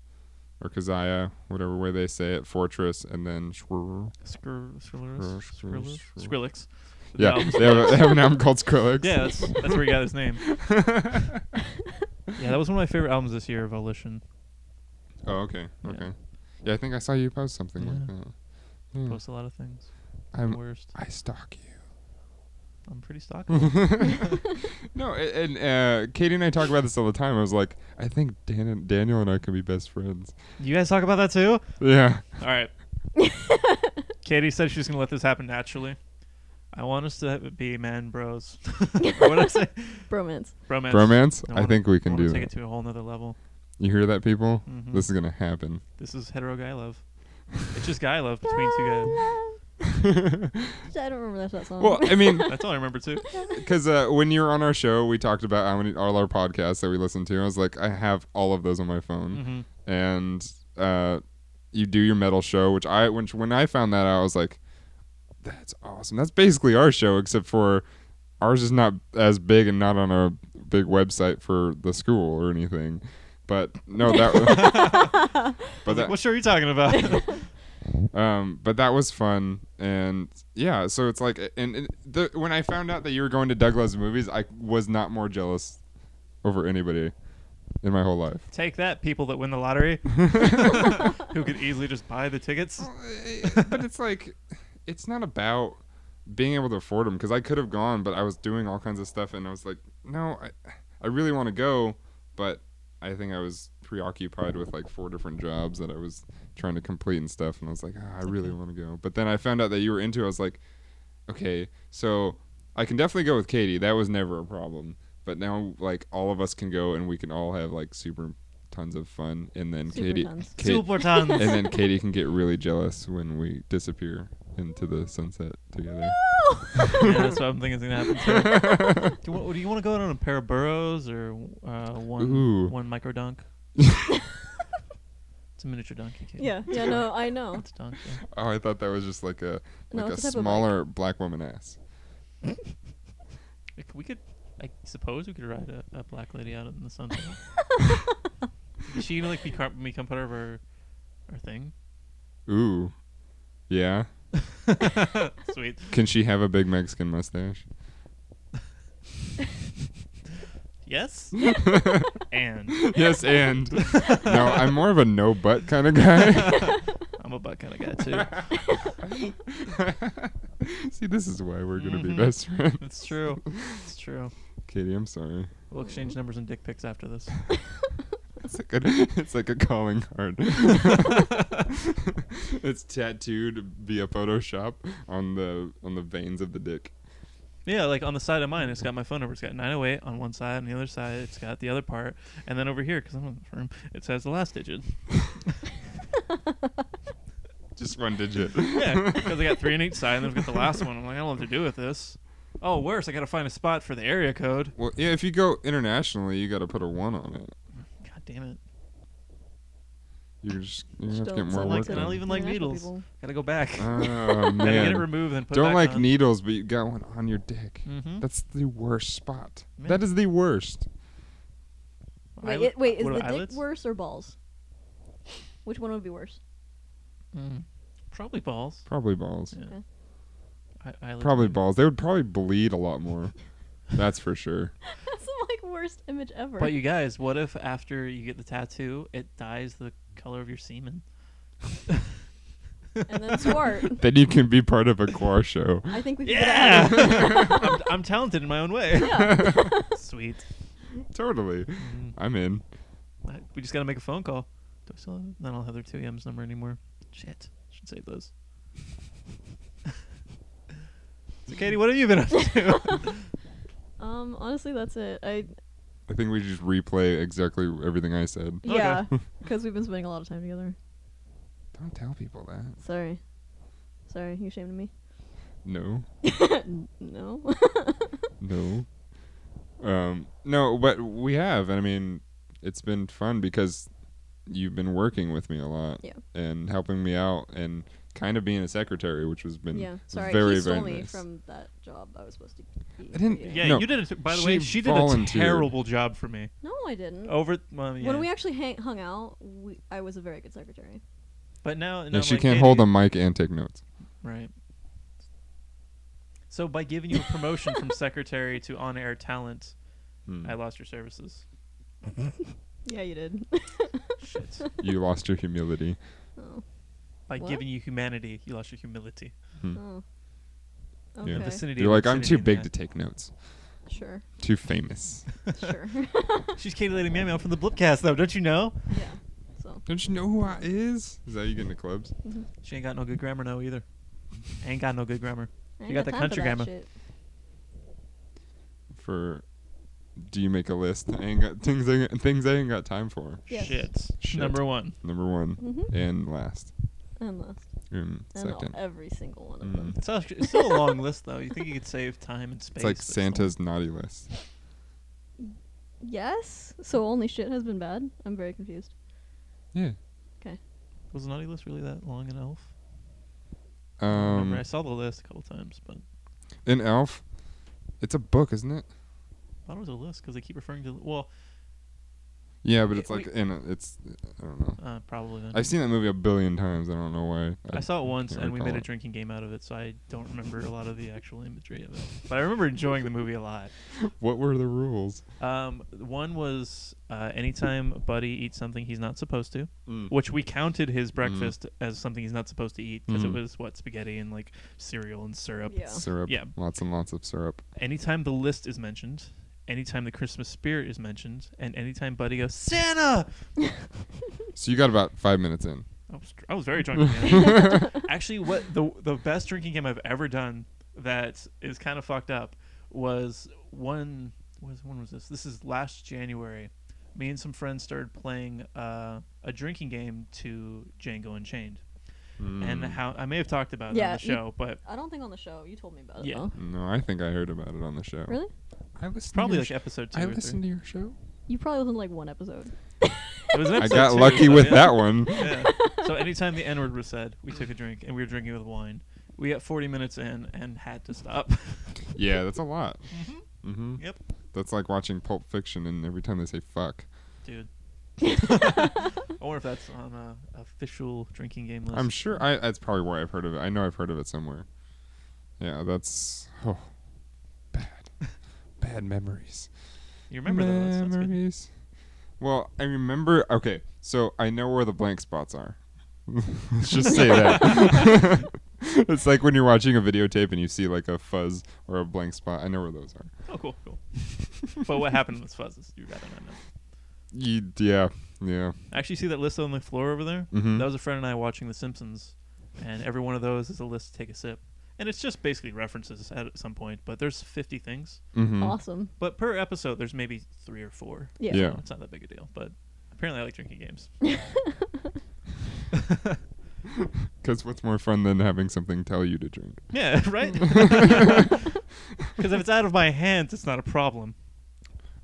or Kazaya, whatever way they say it, Fortress, and then Schwer. Skr- Skrullrus? Skr- Skrullrus? Skr- Skrillex. The Yeah, album's they have, a, they have an album called Skrillex. Yeah, that's, that's where he got his name. yeah, that was one of my favorite albums this year, Volition. Oh, okay, Yeah. okay. Yeah, I think I saw you post something like Yeah. that. Yeah. Post a lot of things. the Hmm. I'm, worst. I stalk you. I'm pretty Hmm. stalking. No, a- and uh, Katie and I talk about this all the time. I was like, I think Dan and Daniel and I could be best friends. you guys talk about that too? Yeah. All right. Katie said she's going to let this happen naturally. I want us to have- be man bros. what did I say? Bromance. Bromance. Bromance? I I, wanna- think we I can wanna do take that. it to a whole nother level. You hear that, people? Mhm. This is going to happen. This is hetero guy love. It's just guy love between two guys. I don't remember that, that song. well, I mean, That's all I remember too. Because uh, when you were on our show, we talked about how many all our podcasts that we listen to. I was like, I have all of those on my phone, hmm and uh, you do your metal show, which I which when I found that out, I was like, that's awesome. That's basically our show, except for ours is not as big and not on a big website for the school or anything. But no, that. but Like, what show are you talking about? um, but that was fun, and yeah, so it's like, and, and the, when I found out that you were going to Douglas movies, I was not more jealous over anybody in my whole life. Take that, people that win the lottery, who could easily just buy the tickets. eh, but it's like, it's not about being able to afford them because I could have gone, but I was doing all kinds of stuff, and I was like, no, I, I really want to go, but I think I was preoccupied with like four different jobs that I was trying to complete and stuff, and I was like, "Ah, I really want to go. But then I found out that you were into. it. I was like, okay, so I can definitely go with Katie. That was never a problem. But now, like, all of us can go, and we can all have like super tons of fun, and then Super Katie, tons. Kate- Super tons. and then Katie can get really jealous when we disappear into the sunset together. yeah, that's what I'm thinking is gonna happen. Too. Do you, wa- do you want to go out on a pair of burros or uh, one Ooh. one micro dunk? it's a miniature donkey. Kid. Yeah, yeah, no, I know. It's a donkey. Oh, I thought that was just like a No, like a it's a type of smaller black woman ass. Like, We could, I suppose, we could ride a, a black lady out in the sun. Is she gonna like become become part of our our thing? Ooh, yeah. Sweet. Can she have a big Mexican mustache? Yes. and yes, and no, I'm more of a no butt kind of guy. I'm a butt kind of guy too. See, this is why we're gonna be Mm-hmm. Mhm. best friends. It's true. It's true. Katie, I'm sorry. We'll exchange numbers and dick pics after this. It's like a, it's like a calling card. it's tattooed via Photoshop on the on the veins of the dick. Yeah, like on the side of mine, it's got my phone number. It's got 908 on one side, on the other side, it's got the other part, and then over here, because I'm on the firm, it says the last digit. Just one digit. Yeah, because I got three on each side, and then I've got the last one. I'm like, I don't know what to do with this. Oh, worse, I got to find a spot for the area code. Well, yeah, if you go internationally, you got to put a one on it. God damn it! You just you Just have to get don't more sound like work that. done. I'll even like International needles. people. Gotta go back. Oh Gotta get it man! removed and put Don't back like on. needles, but you got one on your dick. Mhm. That's the worst spot. Yeah. That is the worst. Wait, Eyelid- it- wait, is what the about dick eyelids? worse or balls? Which one would be worse? Mm. Probably balls. Probably balls. Yeah. Okay. I- eyelids Probably maybe. balls. They would probably bleed a lot more. That's for sure. That's the like worst image ever. But you guys, what if after you get the tattoo, it dyes the color of your semen? and then swart. Then you can be part of a choir show. I think we can Yeah, get I'm, I'm talented in my own way. out of here. Sweet. Totally. Mm. I'm in. I- We just gotta make a phone call. Do I still have? I don't have their two M's number anymore. Shit. Should save those. so Katie, what have you been up to? Yeah. Um. Honestly, that's it. I I think we just replay exactly everything I said. Okay. yeah. Because we've been spending a lot of time together. Don't tell people that. Sorry. Sorry. You shamed me. No. no. No. Um, no, but we have. And I mean, it's been fun because you've been working with me a lot Yeah. and helping me out and kind of being a secretary, which has been yeah. Sorry. very, he stole very me nice. from that job I was supposed to. Be I didn't- doing. yeah, No, you did. A t- by the she way, she did volunteered. a terrible job for me. No, I didn't. Over well, Oh, yeah. When we actually hang- hung out, we, I was a very good secretary. but now, yeah, now I'm she like, can't Katie- hold a mic and take notes. Right. So by giving you a promotion from secretary to on-air talent, Hmm. I lost your services. Yeah, you did. Shit. you lost your humility. oh. By What? giving you humanity, you lost your humility. Mm. oh. Yeah. Okay. The Vicinity Hmm. You're of like, I'm too obscenity, big yeah. to take notes. Sure. Too famous. Sure. She's Katie Lady Meow Meow from the Blipcast, though, don't you know? yeah. So. Don't you know who I is? Is that you getting the clubs? She ain't got no good grammar, no, either. Ain't got no good grammar. I You ain't got the time for country that grammar. shit. For do you make a list? I ain't got things I ain't, things I ain't got time for. Yes. Shit. Shit. Number one. Number one Mm-hmm. Mhm. and last And last. and And second. every single one of Mm. them. It's, actually, it's still a long list, though. You think you could save time and space? It's like but Santa's naughty list. Yes. So only shit has been bad. I'm very confused. Yeah. still- Was the naughty list really that long in Elf? I don't remember I Um, saw the list a couple times, but in Elf, it's a book, isn't it? I thought it was a list because they keep referring to. Well, Yeah, but it's Yeah, like in a, it's I don't know. uh, probably. Then. I've seen that movie a billion times. I don't know why. I saw it once, can't and we recall made a it. drinking game out of it, so I don't remember a lot of the actual imagery of it. But I remember enjoying the movie a lot. What were the rules? Um, one was uh, anytime Buddy eats something he's not supposed to, which we counted Mm-hmm. his breakfast as something he's not supposed to eat because Mhm. it was what spaghetti and like cereal and syrup. Yeah. Syrup. Yeah. Lots and lots of syrup. Anytime the list is mentioned, anytime the Christmas spirit is mentioned, and anytime Buddy goes Santa, So you got about five minutes in. I was, I was very drunk. man. Actually, what the the best drinking game I've ever done that is kind of fucked up was one. Was when was this? This is last January. Me and some friends started playing uh, a drinking game to Django Unchained, and Mm. how I may have talked about it on Yeah, the you- show, but I don't think on the show you told me about it. Yeah. though. No, I think I heard about it on the show. Really? I listened. probably to your like episode sh- two I or three. listened to your show. You probably listened to like one episode. It was an I episode got two, lucky so with yeah. that one. yeah. So anytime the N word was said, we took a drink, and we were drinking with wine. We got 40 minutes in and had to stop. Yeah, that's a lot. Mm-hmm. Yep. That's like watching Pulp Fiction, and every time they say "fuck," Dude. I wonder if that's on a official drinking game list. I'm sure I. That's probably where I've heard of it. I know I've heard of it somewhere. Yeah, that's oh, bad, bad memories. you remember though. That's, that's good. memories. Well, I remember. Okay, so I know where the blank spots are. Let's just say that. it's like when you're watching a videotape and you see like a fuzz or a blank spot. I know where those are. Oh, cool, cool. but what happened with fuzzes? You rather not know. Ye- yeah, yeah. Actually, see that list on the floor over there? Mhm. That was a friend and I watching The Simpsons, and every one of those is a list to take a sip. And it's just basically references at some point, but there's 50 things. Mm-hmm. Awesome. But per episode, there's maybe three or four. Yeah. Yeah. So it's not that big a deal, but apparently I like drinking games. Because what's more fun than having something tell you to drink? Yeah, right? Because if it's out of my hands, it's not a problem.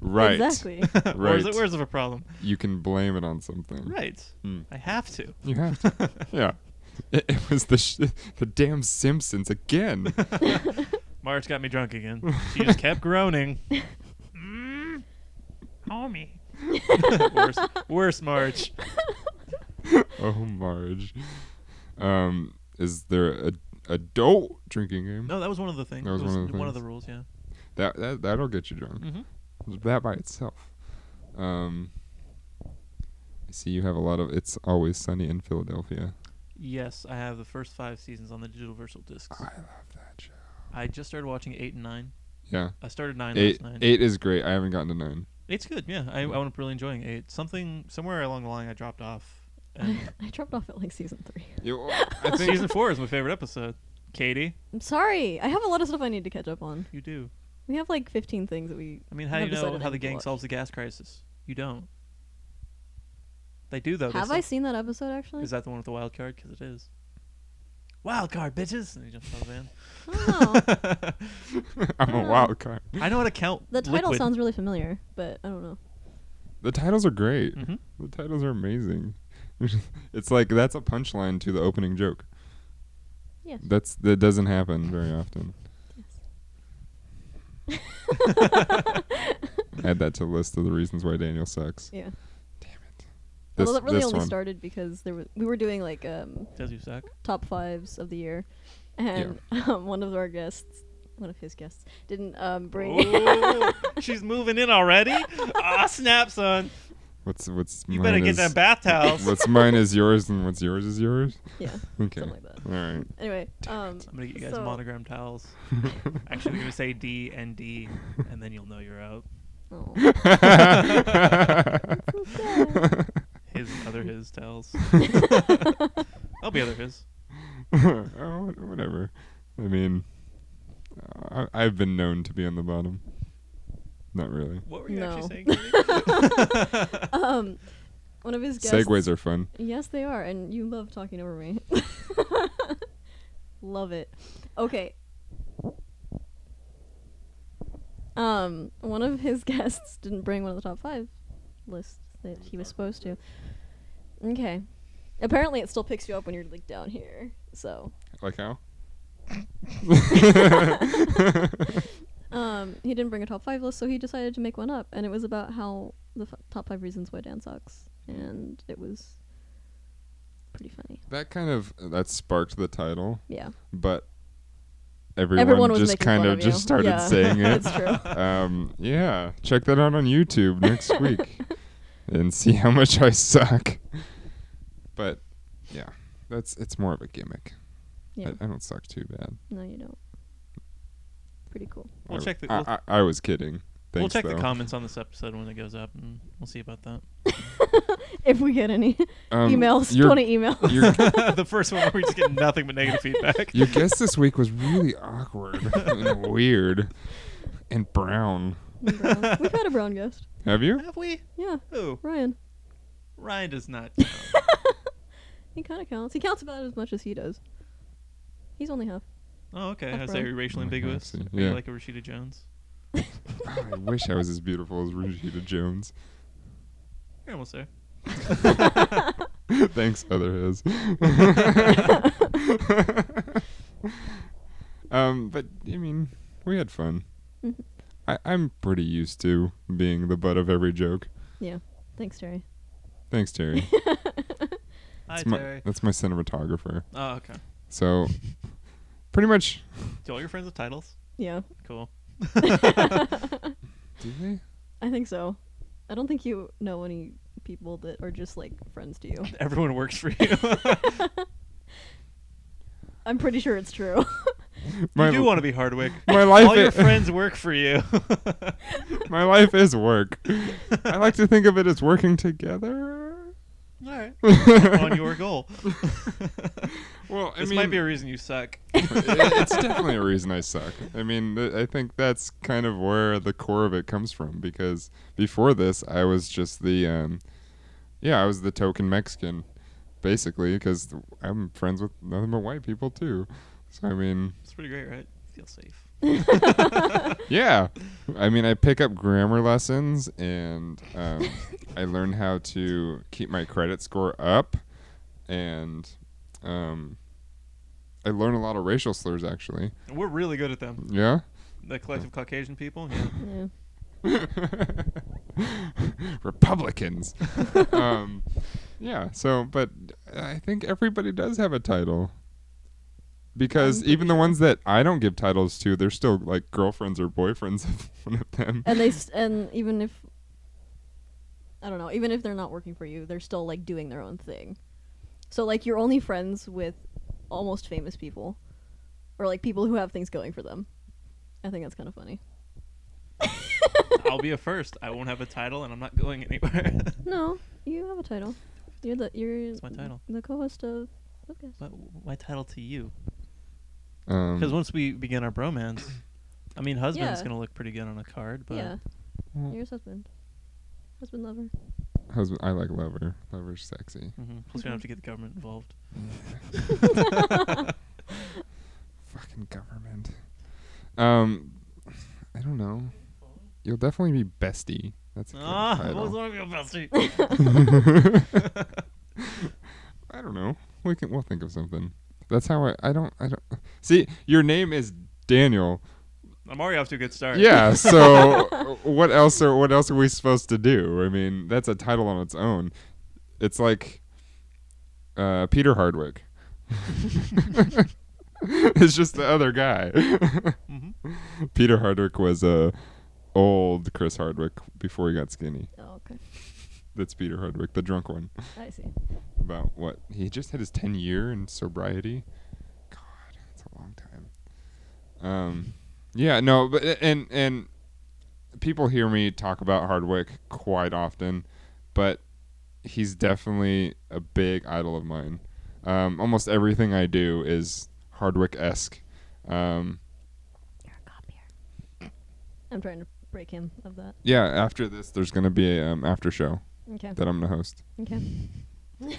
Right. Exactly. Where's it Right. where's it a problem? You can blame it on something. Right. Hmm. I have to. You have to. yeah. It, it was the sh- the damn Simpsons again. Marge got me drunk again. She just kept groaning. Mm, homie. worse, worse, Marge. oh, Marge. Um, is there a adult drinking game? No, that was one of the things. That was It was one of the the things. rules, yeah. That, that that'll get you drunk. Mm-hmm. That by itself. Um, I see you have a lot of. It's always sunny in Philadelphia. Yes, I have the first five seasons on the digital versal discs. I love that show. I just started watching eight and nine. Yeah. I started nine Eight, last night. eight is great. I haven't gotten to nine. It's good, yeah. I, I wound up really enjoying eight. Something somewhere along the line I dropped off. And I dropped off at like season three. You, I think season four is my favorite episode. Katie, I'm sorry. I have a lot of stuff I need to catch up on. you do. We have like 15 things that we. I mean, how do have you know decided how I the need to gang watch. solves the gas crisis? You don't. They do though. They Have I sol- seen that episode actually? Oh, Is that the one with the wild card? Because it is. Wild card, bitches! And he jumps out of the van. I don't know. I'm a wild card. I know how to count. the title liquid. sounds really familiar, but I don't know. The titles are great. Mhm. The titles are amazing. it's like that's a punchline to the opening joke. Yes. That's that doesn't happen very often. Add that to the list of the reasons why Daniel sucks. Yeah. Damn it. Although that really only started because there was we were doing like um, Does you suck? top fives of the year, and um, one of our guests, one of his guests, didn't um, bring. Oh, she's moving in already. Ah, snap, son! What's what's You mine better get is, that bath towel. What's mine is yours and what's yours is yours. yeah, Okay. something like that. All right. Anyway, um, I'm gonna get you guys so- monogrammed towels. Actually, we're gonna say D and D, and then you'll know you're out. Oh. His and other his towels. I'll be other his. oh, wha- whatever. I mean, I, I've been known to be on the bottom. Not really. What were you No. actually saying? Katie? um, one of his guests. Segways are fun. Yes, they are, and you love talking over me. love it. Okay. Um, one of his guests didn't bring one of the top five lists that he was supposed to. Okay. Apparently, it still picks you up when you're like down here. So, Like how? um, he didn't bring a top five list, so he decided to make one up, and it was about how the f- top five reasons why Dan sucks, and it was pretty funny. that kind of that sparked the title, Yeah. but everyone, was just making kind fun of, of you. just started Yeah. saying it. That's true. um, yeah, check that out on YouTube next week and see how much I suck. But yeah, that's it's more of a gimmick. Yeah. I, I don't suck too bad. No, you don't. Pretty cool. We'll I, check the- I, we'll- I, I was kidding. thanks. we'll check though. the comments on this episode when it goes up, and we'll see about that. if we get any Um, emails, e- Your, twenty emails. your, the first one, we just get nothing but negative feedback. your guest this week was really awkward and weird and brown. Brown. We've had a brown guest. Have you? Have we? Yeah, Who? Ryan. Ryan does not. He kind of counts. He counts about as much as he does. He's only half. Oh, okay. Half I say brown. racially Oh my God, ambiguous. see. Are you Yeah. like a Rashida Jones? I wish I was as beautiful as Rashida Jones. You're almost there. Thanks, other his. um, but I mean, we had fun. Mhm. I, I'm pretty used to being the butt of every joke. Thanks, Terry. Thanks, Terry. Hi, That's my, Terry. That's my cinematographer. Oh, okay. So, pretty much. Do all your friends have titles? Yeah, Cool. Do they? I think so. I don't think you know any people that are just like friends to you. Everyone works for you. I'm pretty sure it's true. you do want to be Hardwick. my life. all your i- friends work for you. my life is work. I like to think of it as working together. All right. On your goal. Well, I this mean, might be a reason you suck. it- it's definitely a reason I suck. I mean, th- I think that's kind of where the core of it comes from because before this, I was just the, um, yeah, I was the token Mexican, basically, because I'm friends with nothing but white people too. So I mean, It's pretty great, right? Feel safe. yeah, I mean, I pick up grammar lessons and um, I learn how to keep my credit score up, and um, I learn a lot of racial slurs actually. We're really good at them. Yeah. The collective Caucasian people. Yeah. yeah. Republicans. um, yeah. So, but I think everybody does have a title because even the ones that I don't give titles to, they're still like girlfriends or boyfriends of one of them. And they st- and even if I don't know, even if they're not working for you, they're still like doing their own thing. So like you're only friends with almost famous people or like people who have things going for them. I think that's kind of funny. I'll be a first. I won't have a title, and I'm not going anywhere. No, you have a title. You're the you're That's my title. the co-host of Lucas. But my title to you. Because Um, once we begin our bromance, I mean, husband's Yeah. gonna look pretty good on a card, but yeah. Mm. Well- Your husband. Husband lover. husband, I like lover. Lover's sexy. Mhm. plus we don't have to get the government involved. Fucking government. Um, I don't know. You'll definitely be bestie. That's a good Ah, what title. was wrong with your bestie? I don't know. We can we'll think of something. That's how I I don't I don't see your name is Daniel. I'm already off to a good start. Yeah, so what else are what else are we supposed to do? I mean, that's a title on its own. It's like uh, Peter Hardwick. it's just the other guy. Mhm. Peter Hardwick was uh, old Chris Hardwick before he got skinny. Oh, okay. That's Peter Hardwick, the drunk one. I see. about what he just hit his 10 year in sobriety god that's a long time um yeah no but and and people hear me talk about hardwick quite often but he's definitely a big idol of mine um almost everything i do is hardwick-esque um You're a copier. I'm trying to break him of that. yeah after this there's gonna be a um, after show Okay. that i'm gonna host Okay.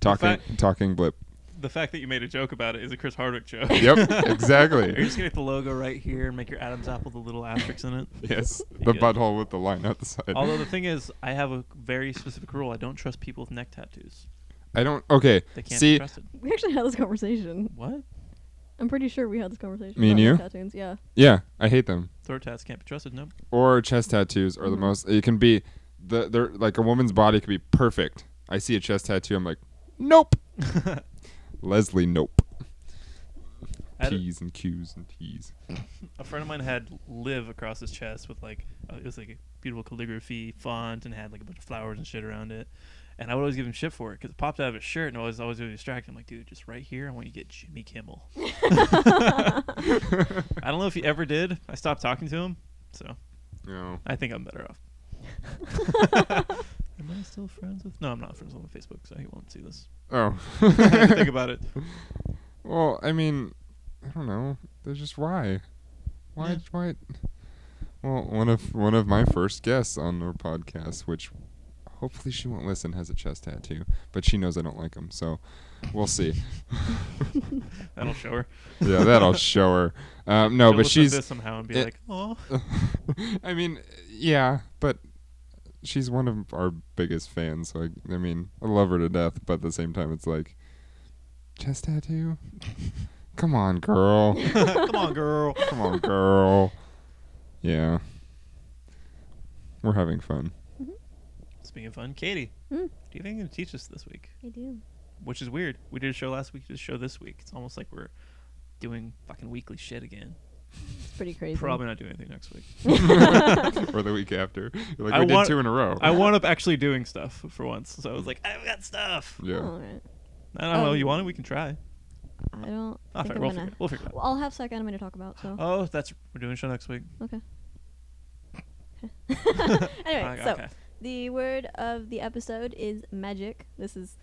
talking talking blip The fact that you made a joke about it is a Chris Hardwick joke. yep Are you exactly just gonna get the logo right here and make your Adam's apple the little asterisk in it? yes You the good? butthole with the line out the side Although the thing is, I have a very specific rule. I don't trust people with neck tattoos. I don't. Okay. They can't be See, trusted. We actually had this conversation. What? I'm pretty sure we had this conversation. Me and about you? Tattoos. Yeah. yeah, I hate them. Throat tats can't be trusted. Nope. Or chest tattoos are the Mm-hmm. Mhm. most. It can be the they're like a woman's body could be perfect. I see a chest tattoo, I'm like, nope. Leslie, nope. At a- P's and Q's and T's. a friend of mine had live across his chest with like uh, it was like a beautiful calligraphy font and had like a bunch of flowers and shit around it and i would always give him shit for it because it popped out of his shirt and i was always really distracted i'm like dude just right here i want you to get jimmy kimmel i don't know if he ever did i stopped talking to him so No. I think I'm better off. Am I still friends with? No, I'm not friends with him on Facebook, so he won't see this. Oh. I had to think about it. Well, I mean, I don't know. There's just why, why, Yeah. why. Well, one of one of my first guests on our podcast, which hopefully she won't listen, has a chest tattoo, but she knows I don't like them, so we'll see. That'll show her. yeah, that'll show her. Um, no, She'll but listen to she's. this somehow and be it- like, oh, I mean, yeah, but she's one of our biggest fans. So I, I mean, I love her to death, but at the same time, it's like chest tattoo. Come on, girl. come on, girl. Come on, girl. Yeah. We're having fun. Mm-hmm. Speaking of fun, Katie, Hmm. do you think you're gonna teach us this week? I do. Which is weird. We did a show last week. We did a show this week. It's almost like we're doing fucking weekly shit again. It's pretty crazy. Probably not doing anything next week. or the week after. You're like, I we did want- two in a row. I wound up actually doing stuff for once, so I was like, I've got stuff. yeah. All right. I don't know. Um, You want it? We can try. I don't. All think right, I'm we'll gonna. figure, it- we'll figure it out. Well, I'll have Psych Anime to talk about. So Oh, that's we're doing a show next week. okay. Okay. Like, anyway, so okay. the word of the episode is magic. This is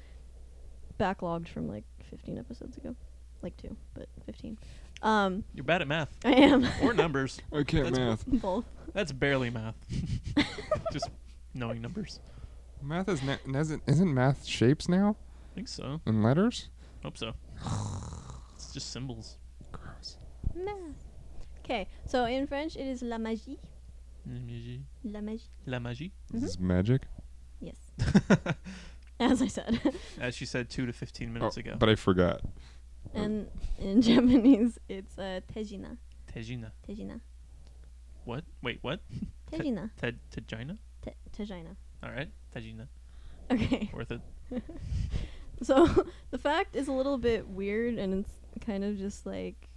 backlogged from like 15 episodes ago, like two, but 15. Um, you're bad at math I am. or numbers. Oh, I can't That's math. Both. That's barely math. Just knowing numbers. Math is na- isn't, isn't math shapes now I think so. and letters? Hope so. It's just symbols. Gross. Okay, so in French it is la magie. La magie. La magie. La magie. This Mm-hmm. is magic. Yes. As I said. As she said two to fifteen minutes Oh, ago. But I forgot. and in Japanese it's uh, tejina. Tejina. Tejina. What? Wait, what? Te- Tejina. Te- Tejina? Te- tejina. All right. Tejina. Okay. Worth it. So the fact is a little bit weird, and it's kind of just like,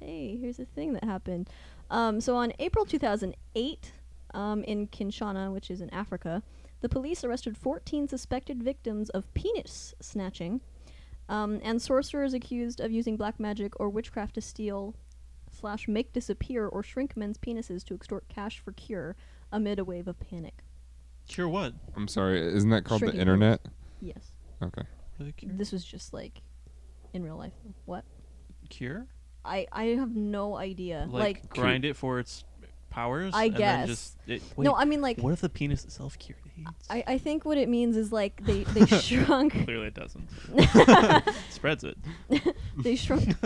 hey, here's a thing that happened. Um, so on April 2008, um, in Kinshasa, which is in Africa, the police arrested 14 suspected victims of penis snatching, um, and sorcerers accused of using black magic or witchcraft to steal, slash make disappear or shrink men's penises to extort cash for cure, amid a wave of panic. Cure what? I'm sorry. Isn't that called the Shrinking internet? Yes, Okay. Were they cure? this was just like, in real life. What? cure? I I have no idea. Like, Like, grind it for its powers? I and guess. then just- it- wait, no, I mean like What if the penis itself cured AIDS? I, I think what it means is like they they shrunk Clearly it doesn't. Spreads it. they shrunk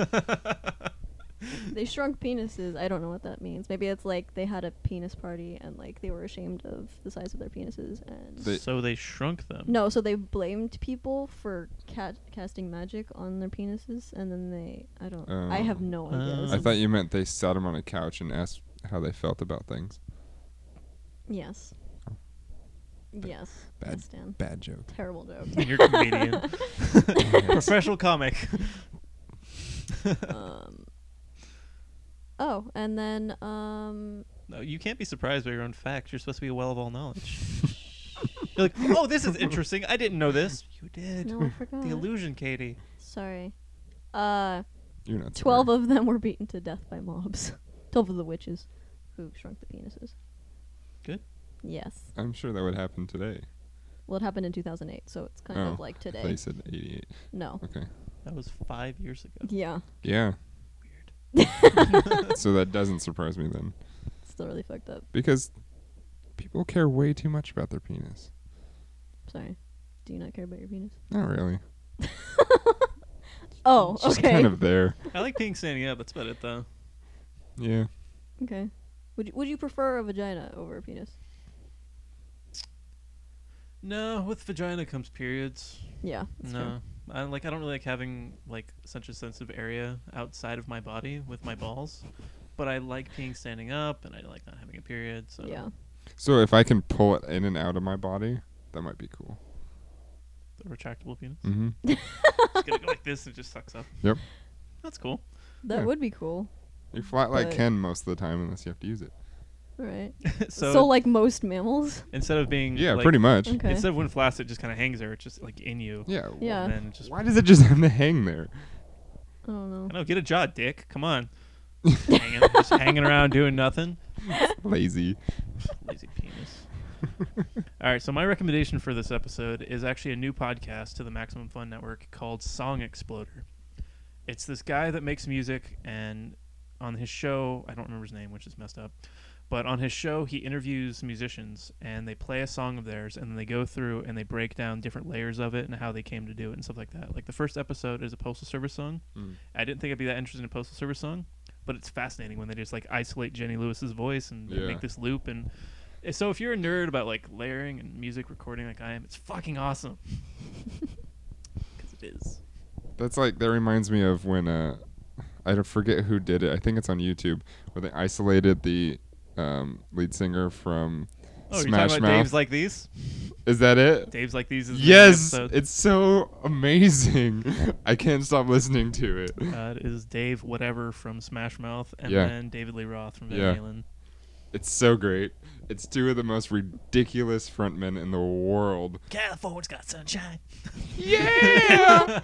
they shrunk penises. I don't know what that means. Maybe it's like they had a penis party and like they were ashamed of the size of their penises and They- so they shrunk them. no, so they blamed people for ca- casting magic on their penises and then they I don't I have Oh. no idea. Oh. This I is- thought you meant they sat him on a couch and asked how they felt about things. yes. Yes. bad- Yes, Dan. Bad joke. Terrible joke. You're a comedian. Professional comic. um, oh, and then um, No, you can't be surprised by your own facts. You're supposed to be a well of all knowledge. You're like, oh, this is interesting. I didn't know this. You did. no, I forgot. The illusion, Katie. Sorry. Uh, You're not. twelve sorry. of them were beaten to death by mobs. twelve of the witches, who shrunk the penises. Good. Yes. I'm sure that would happen today. Well, it happened in 2008, so it's kind of Oh, like They today. said 88. No. Okay. That was five years ago. Yeah. Yeah. so that doesn't surprise me then, It's still really fucked up. because people care way too much about their penis. Sorry. Do you not care about your penis? Not really. Oh, It's just okay. kind of there. I like being standing up. That's about it, though. Yeah. okay. Would you, would you prefer a vagina over a penis? No, with vagina comes periods. Yeah. that's no, fair. I like. I don't really like having like such a sensitive area outside of my body with my balls, but I like peeing standing up, and I like not having a period. So Yeah. So if I can pull it in and out of my body, that might be cool. the retractable penis. Mm-hmm. Just gonna go like this and it just sucks up. Yep. That's cool. That Yeah. would be cool. You flat like But- Ken most of the time unless you have to use it. Right. so so like most mammals. instead of being Yeah, Mm, like- pretty much. Okay. Instead of when flaccid, it just kind of hangs there. It's just like in you. Yeah. Yeah. And then it just Why does it just have to hang there? I don't know. I know. Get a job, Dick. Come on. hanging, just hanging around doing nothing. Lazy. Lazy penis. All right, so my recommendation for this episode is actually a new podcast to the Maximum Fun Network called Song Exploder. It's this guy that makes music, and on his show, I don't remember his name, which is messed up, but on his show, he interviews musicians and they play a song of theirs, and then they go through and they break down different layers of it and how they came to do it and stuff like that. Like the first episode is a Postal Service song. Mm. I didn't think I'd be that interested in a Postal Service song, but it's fascinating when they just like isolate Jenny Lewis's voice and they Yeah. make this loop. And so, if you're a nerd about like layering and music recording like I am, it's fucking awesome. Because it is. That's like that reminds me of when uh, I don't forget who did it. I think it's on YouTube where they isolated the um, lead singer from Oh, you're Smash talking about Mouth. Dave's like these? Is that it? Dave's like these is the name of the Yes, episode. it's so amazing. I can't stop listening to it. Uh, it is Dave whatever from Smash Mouth, and Yeah. then David Lee Roth from Van Yeah. Halen. It's so great. It's two of the most ridiculous frontmen in the world. California's got sunshine. Yeah!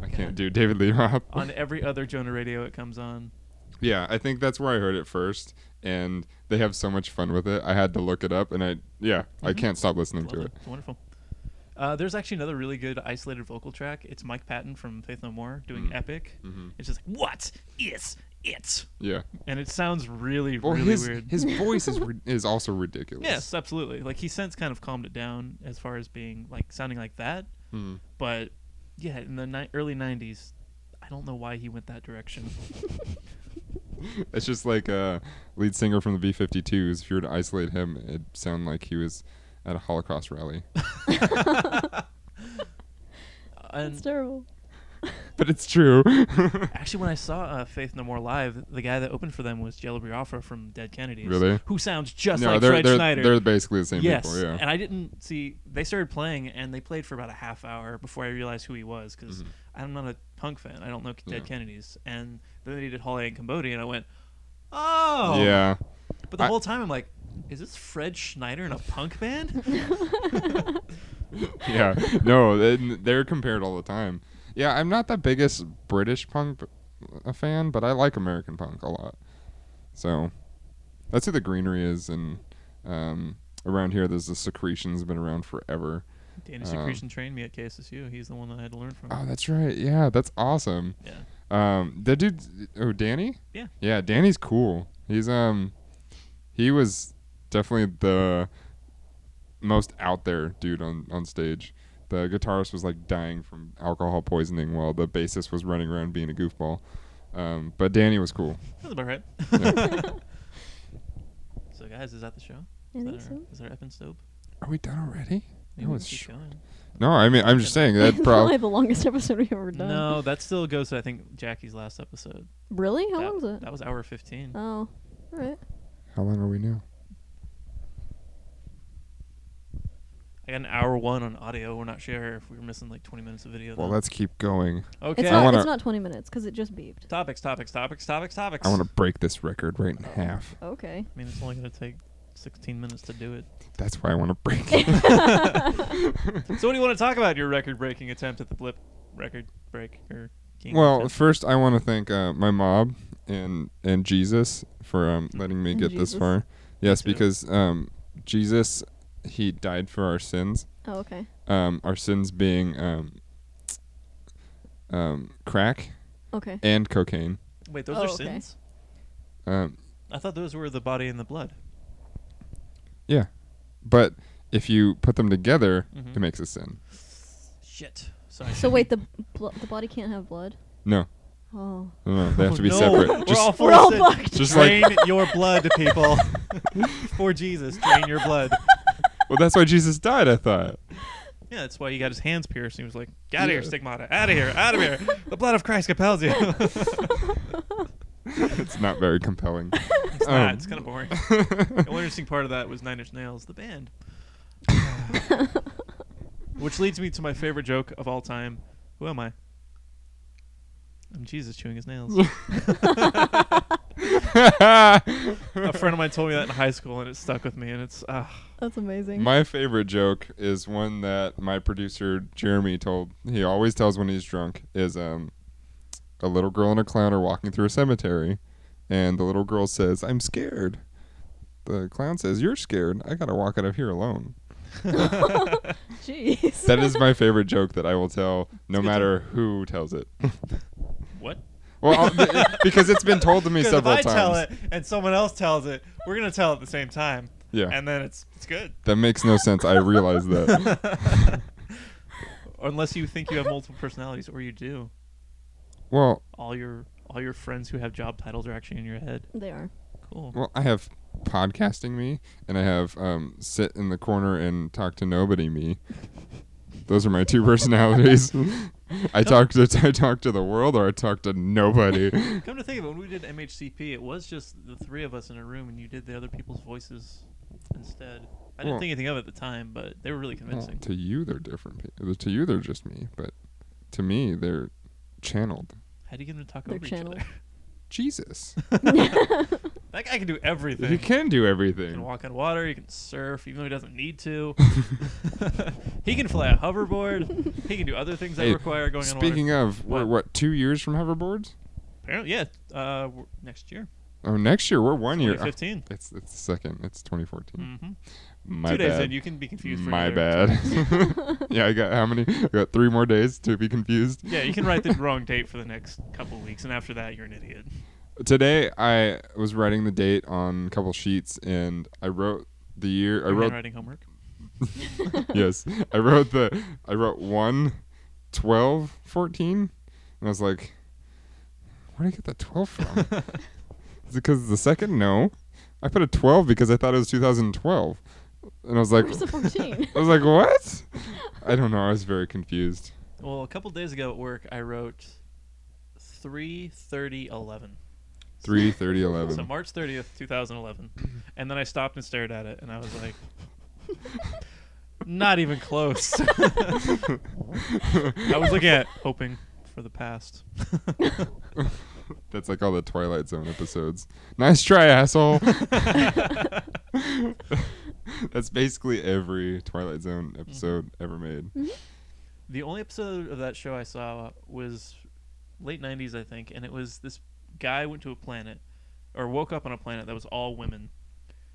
I can't do David Lee Roth. on every other Jonah radio, it comes on. Yeah, I think that's where I heard it first, and they have so much fun with it. I had to look it up, and I yeah, I Mhm. can't stop listening to Love it. It's wonderful. Uh, there's actually another really good isolated vocal track. It's Mike Patton from Faith No More doing Mm. Epic. Mhm. It's just like, what is it? Yeah, And it sounds really, or really his weird. his voice is ri- is also ridiculous. yes, absolutely. Like, he since kind of calmed it down as far as being, like, sounding like that. Mhm. But, yeah, in the ni- early 90s, I don't know why he went that direction. It's just like uh, lead singer from the B 52s. If you were to isolate him, it'd sound like he was at a Holocaust rally. It's and terrible. but it's true. Actually, when I saw uh, Faith No More live, the guy that opened for them was Jello Biafra from Dead Kennedys, Really? who sounds just no, like they're, Fred they're, Schneider. they're basically the same yes, people. Yeah. and I didn't see. They started playing, and they played for about a half hour before I realized who he was because Mhm. I'm not a punk fan. I don't know Dead Yeah. Kennedys, and then they did Holiday in Cambodia, and I went, "Oh, Yeah. But the I- whole time I'm like, "Is this Fred Schneider in a punk band?" yeah. No, they- they're compared all the time. Yeah, I'm not the biggest British punk b- a fan, but I like American punk a lot. So that's who the Greenery is, and um, around here, there's the Secretions been around forever. Danny Um, Secretion trained me at KSSU. He's the one that I had to learn from. Oh, that's right. Yeah, that's awesome. yeah, Um, that dude. Oh, Danny. Yeah. Yeah, Danny's cool. He's um, he was definitely the most out there dude on on stage. The guitarist was like dying from alcohol poisoning, while the bassist was running around being a goofball. Um, but Danny was cool. that's about right. so, guys, is that the show? I Is think that our, so. is our Eppin Stope? Are we done already? Maybe That we was can keep short. going. No, I mean I'm just saying It's that probably probably the longest episode we've ever done. No, that still goes to I think Jackie's last episode. Really? How that, long's it? That was hour fifteen. Oh, all right. how long are we now? I got an hour one on audio. We're not sure if we were missing like twenty minutes of video. Well, though. let's keep going. okay. It's I not. wanna- It's not 20 minutes because it just beeped. topics, topics, topics, topics, topics. I want to break this record right in half. Okay. I mean, it's only gonna take sixteen minutes to do it. That's why I want to break it. So, what do you want to talk about? Your record-breaking attempt at the blip record break or. king Well, attempt? first I want to thank uh, my mom and and Jesus for um, Mm. letting me And get Jesus. this far. Yes, too. because um, Jesus, he died for our sins. Oh, okay. Um, our sins being um, um, crack Okay. and cocaine. wait, those Oh, are okay. sins. Um, I thought those were the body and the blood. yeah, but if you put them together, Mhm. it makes a sin. Shit. Sorry. So wait, the blo- the body can't have blood. No, Oh. no, no they have Oh, to be no. We're separate. Just all full We're of all sin. fucked. Just drain like- your blood, people. For Jesus, drain your blood. well, that's why Jesus died. I thought. Yeah, that's why he got his hands pierced. He was like, "Get out of here, Yeah. stigmata! Out of here! Out of here! The blood of Christ compels you." it's it's not very compelling. not. Um, It's kind of boring. the only interesting part of that was Nine Inch Nails, the band, which leads me to my favorite joke of all time. Who am I? I'm Jesus chewing his nails. A friend of mine told me that in high school, and it stuck with me. And it's uh, That's amazing. My favorite joke is one that my producer Jeremy told. He always tells when he's drunk. Is um, a little girl and a clown are walking through a cemetery, and the little girl says, "I'm scared," the clown says, "You're scared. I gotta walk out of here alone." Jeez. That is my favorite joke that I will tell, It's no good matter who tells it. What? well, I'll, th- because it's been told to me Because several if I times. tell it and someone else tells it, we're gonna tell it at the same time, Yeah, and then it's it's good. that makes no sense. I realize that. Unless you think you have multiple personalities, or you do. Well, All your all your friends who have job titles are actually in your head. they are. Cool. well, I have podcasting me, and I have um, sit in the corner and talk to nobody me. Those are my two personalities. I talk to I talk to the world, or I talk to nobody. Come to think of it, when we did MHCP, it was just the three of us in a room, and you did the other people's voices instead. I didn't Well- think anything of it at the time, but they were really Well, convincing. to you, they're different. people. To you, they're just me, but to me, they're channeled. How do you get them to talk They're over channeled. each Jesus, other? that guy can do everything. you can do He can everything. walk on water. He can surf, even though he doesn't need to. he can fly a hoverboard. He can do other things that Hey, require going on water. Speaking of, we're What? what two years from hoverboards? Apparently, yeah. Uh, w- next year, Oh, next year we're one year. Oh, 2015. It's it's the second. It's 2014. Mm-hmm. My Two bad. days in, you can be confused. For My another- bad. yeah, I got how many? I got three more days to be confused. Yeah, you can write the wrong date for the next couple weeks, and after that, you're an idiot. Today I was writing the date on a couple sheets, and I wrote the year. I Your wrote handwriting homework. yes. I wrote the I wrote 1 12 14 and I was like where did I get that 12 from? Is it cuz the second no. I put a 12 because I thought it was 2012. And I was like Where's the 14? I was like what? I don't know. I was very confused. Well, a couple days ago at work, I wrote three thirty eleven. 3 30 11. So March 30th, 2011. And then I stopped and stared at it and I was like not even close. I was looking at hoping for the past. That's like all the Twilight Zone episodes. Nice try, asshole. That's basically every Twilight Zone episode Mm-hmm. ever made. the only episode of that show I saw was late 90s I think and it was this guy went to a planet or woke up on a planet that was all women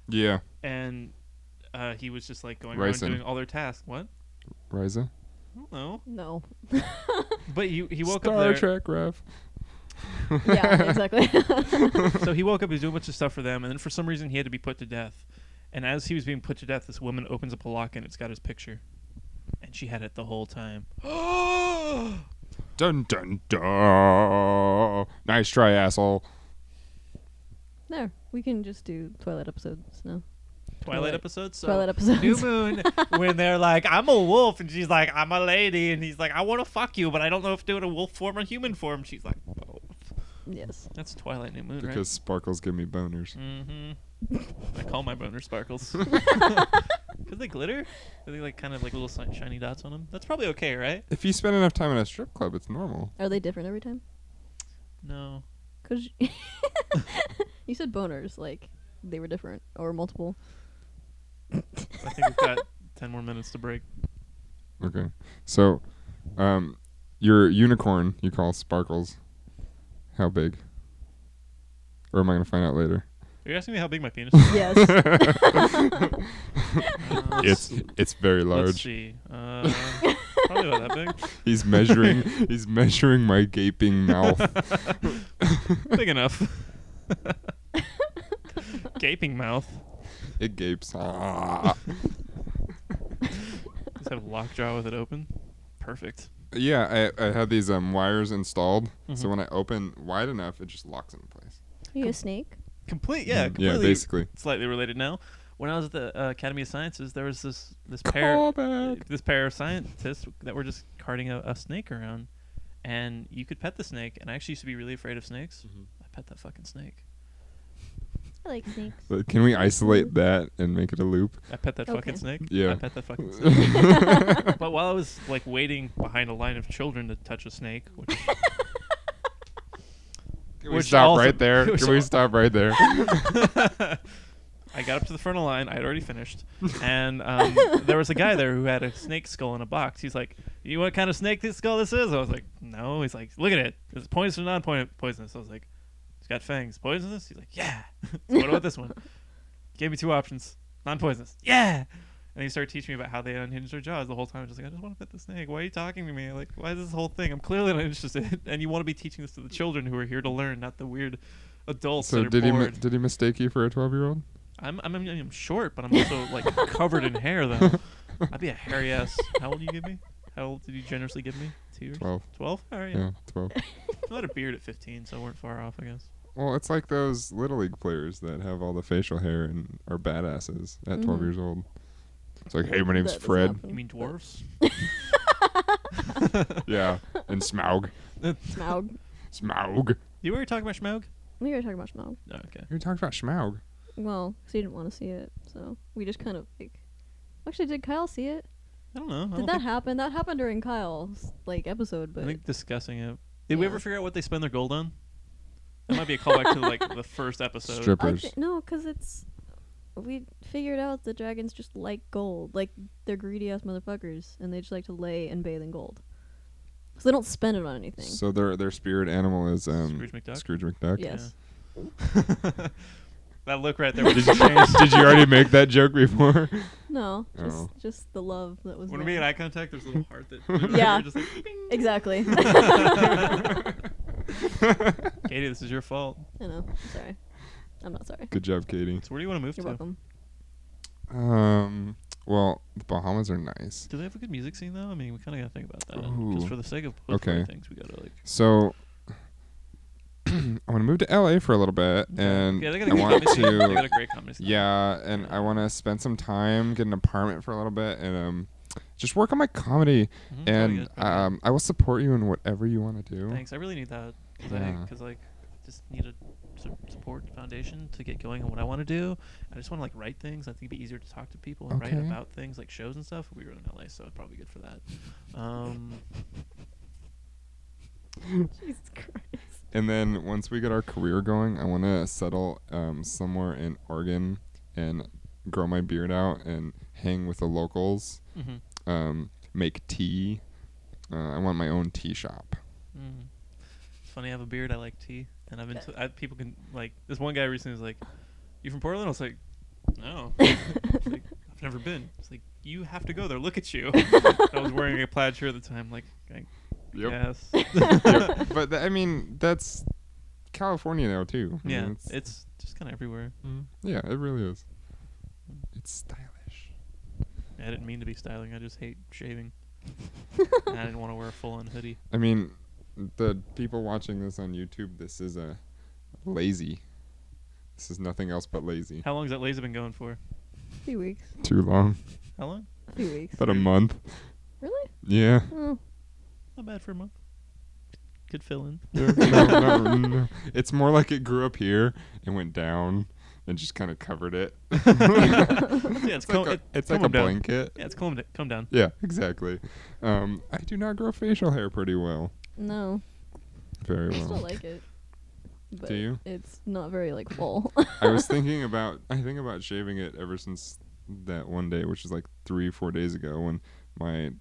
Yeah, and uh, he was just like going Ricin. around doing all their tasks. What? Riza. I don't know. no. But he he woke Star up there. Trek ref. Yeah, exactly. so he woke up, he was doing a bunch of stuff for them, and then for some reason he had to be put to death. And as he was being put to death, this woman opens up a locker and it's got his picture. And she had it the whole time. Dun dun dun. Nice try, asshole. there. We can just do Twilight episodes now. Twilight Twilight. episodes. So Twilight episodes. New Moon, when they're like, I'm a wolf, and she's like, I'm a lady, and he's like, I want to fuck you, but I don't know if doing a wolf form or human form. She's like, both. Yes. That's Twilight New Moon, Because right? sparkles give me boners. Mm-hmm. I call my boner sparkles. Cause they glitter. Are they like kind of like little si- shiny dots on them? That's probably okay, right? If you spend enough time in a strip club, it's normal. Are they different every time? No. Because you said boners, like they were different or multiple. I think we've got ten more minutes to break. Okay. So, um, your unicorn you call sparkles. How big? Or am I gonna find out later? Are you asking me how big my penis is? Yes. Uh, It's it's very Let's large. see. Uh, probably about that big. He's measuring he's measuring my gaping mouth. Big enough. Gaping mouth. It gapes. Ah. Just have lockjaw with it open. Perfect. Yeah, I, I had these um, wires installed, Mhm. so when I open wide enough, it just locks into place. Mm-hmm. Are you a snake? Complete. Yeah. Mm, yeah, Completely. basically. Slightly related now. When I was at the uh, Academy of Sciences, there was this this pair this pair of scientists that were just carting a, a snake around, and you could pet the snake. And I actually used to be really afraid of snakes. Mm-hmm. I pet that fucking snake. I like snakes. But Can we isolate that and make it a loop? I pet that fucking Okay. snake. Yeah. I pet that fucking snake. but while I was like waiting behind a line of children to touch a snake, which Can we Which stop also- right there? which Can we al- stop right there? I got up to the frontal line, I had already finished, and um, there was a guy there who had a snake skull in a box. He's like, "You know what kind of snake this skull this is?" I was like, "No." He's like, "Look at it. Is it poisonous or non-poisonous?" I was like, "It's got fangs. Poisonous?" He's like, "Yeah." so what about this one? Gave me two options. Non poisonous. Yeah. And he started teaching me about how they unhinge their jaws the whole time. Just like, I just want to pet the snake. Why are you talking to me? Like, why is this whole thing? I'm clearly not interested. And you want to be teaching this to the children who are here to learn, not the weird adults So that are did he mi- bored. did he mistake you for a twelve year old? I'm, I'm, I'm, I'm short, but I'm also like covered in hair though. I'd be a hairy ass. How old did you give me? How old did you generously give me? Two years? Twelve. Twelve? All right. Yeah, twelve. I had a beard at 15, so I weren't far off, I guess. Well, it's like those little league players that have all the facial hair and are badasses at twelve Mm-hmm. Mhm. years old. It's like, hey, my name's That does Fred. happen. You mean dwarves? Yeah, and Smaug. Smaug. Smaug. You were talking about Schmaug? We were talking about Smaug. No, okay. You talked about Smaug. Well, 'cause he didn't want to see it, so we just kind of like. Actually, did Kyle see it? I don't know. I, Did don't that think, happen? That happened during Kyle's like episode, Oh. I but think discussing it. Did we Yeah. ever figure out what they spend their gold on? That might be a callback to like the first episode. Strip. I Clippers. thi- no, because it's we figured out the dragons just like gold, like they're greedy ass motherfuckers, and they just like to lay and bathe in gold, so they don't spend it on anything. So their their spirit animal is um, Scrooge McDuck? Scrooge McDuck. yes, that look right there. Did you, did you already make that joke before? no, just Oh. just the love that was. When there. we made eye contact, there's a little heart that. Yeah. Just like, bing. exactly. Katie, this is your fault. I know. I'm sorry, I'm not sorry. Good job, Katie. So where do you want to move You're to? welcome. Um, well, the Bahamas are nice. Do they have a good music scene though? I mean, we kind of gotta think about that. Because Ooh. for the sake of both of our Okay. things, we gotta like. So I want to move to LA for a little bit, and yeah, they got a I good want comedy scene. They got a to. great comedy scene. Yeah, and I want to spend some time, get an apartment for a little bit, and um, just work on my comedy. Mhm, that'd be And good. um, I will support you in whatever you want to do. Thanks. I really need that because Yeah. like just need a su- support foundation to get going on what I want to do. I just want to like write things. I think it'd be easier to talk to people and write Okay. about things like shows and stuff. We were in LA, so it's probably good for that. Um, Jesus Christ. And then once we get our career going, I want to settle um, somewhere in Oregon and grow my beard out and hang with the locals, mhm, um, make tea. Uh, I want my own tea shop. mm. It's funny. I have a beard. I like tea, and I've been. T- I, people can like this one guy recently was like, "You from Portland?" I was like, "No." It's like, I've never been. It's like you have to go there. Look at you. I was wearing a plaid shirt at the time. Like, I yes. Yep. But th- I mean, that's California now too. I mean, yeah, it's- it's just kind of everywhere. yeah, it really is. It's stylish. I didn't mean to be styling. I just hate shaving. and I didn't want to wear a full-on hoodie. I mean, the people watching this on YouTube, this is a lazy. This is nothing else but lazy. How long has that laser been going for? A few weeks. Too long. How long? A few weeks. About a month. Really? Yeah. Oh, Not bad for a month. Good fill-in. Yeah, no, no, no. It's more like it grew up here and went down and just kind of covered it. yeah, it's, It's like co- a, it- it's come like a down. blanket. Yeah, it's calm, d- calm down. Yeah, exactly. Um, I do not grow facial hair pretty well. no, Very I still well. like it. But Oh. you? It's not very like full. I was thinking about I think about shaving it ever since that one day, which is like three, four days ago when my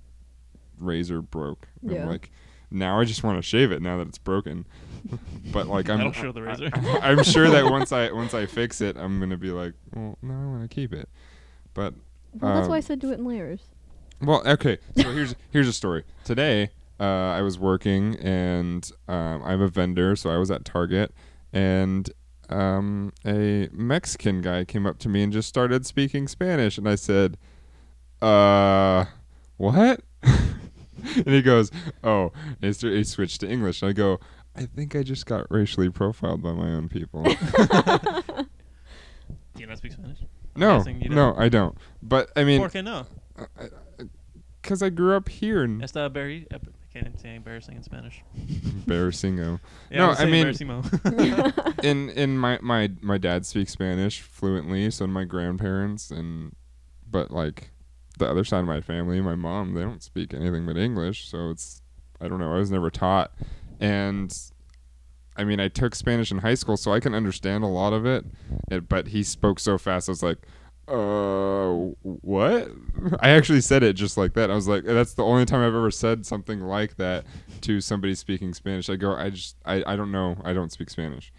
razor broke. And Yeah. like now I just want to shave it now that it's broken. but like I'm That'll show the razor. I, am sure that once I once I fix it, I'm gonna be like, well, no, I want to keep it. But well, that's why I Um, said do it in layers. well, okay. So here's here's a story. Today, uh, I was working and um, I'm a vendor, so I was at Target, and um, a Mexican guy came up to me and just started speaking Spanish, and I said, "Uh, what?" and he goes, "Oh," and he, st- he switched to English, and I go. I think I just got racially profiled by my own people. Do you not speak Spanish? no, guessing you no, don't. I don't. But I mean, Por qué no? because I grew up here and Esta very... I can't say embarrassing in Spanish. embarrassing. Yeah, No, I'll say I mean- embarrassimo. in in my my my dad speaks Spanish fluently, so do my grandparents and but like the other side of my family, my mom, they don't speak anything but English, so it's I don't know, I was never taught. And I mean, I took Spanish in high school, so I can understand a lot of it, it but he spoke so fast, I was like uh, what? I actually said it just like that. I was like, that's the only time I've ever said something like that to somebody speaking Spanish. I go, I just, I, I don't know. I don't speak Spanish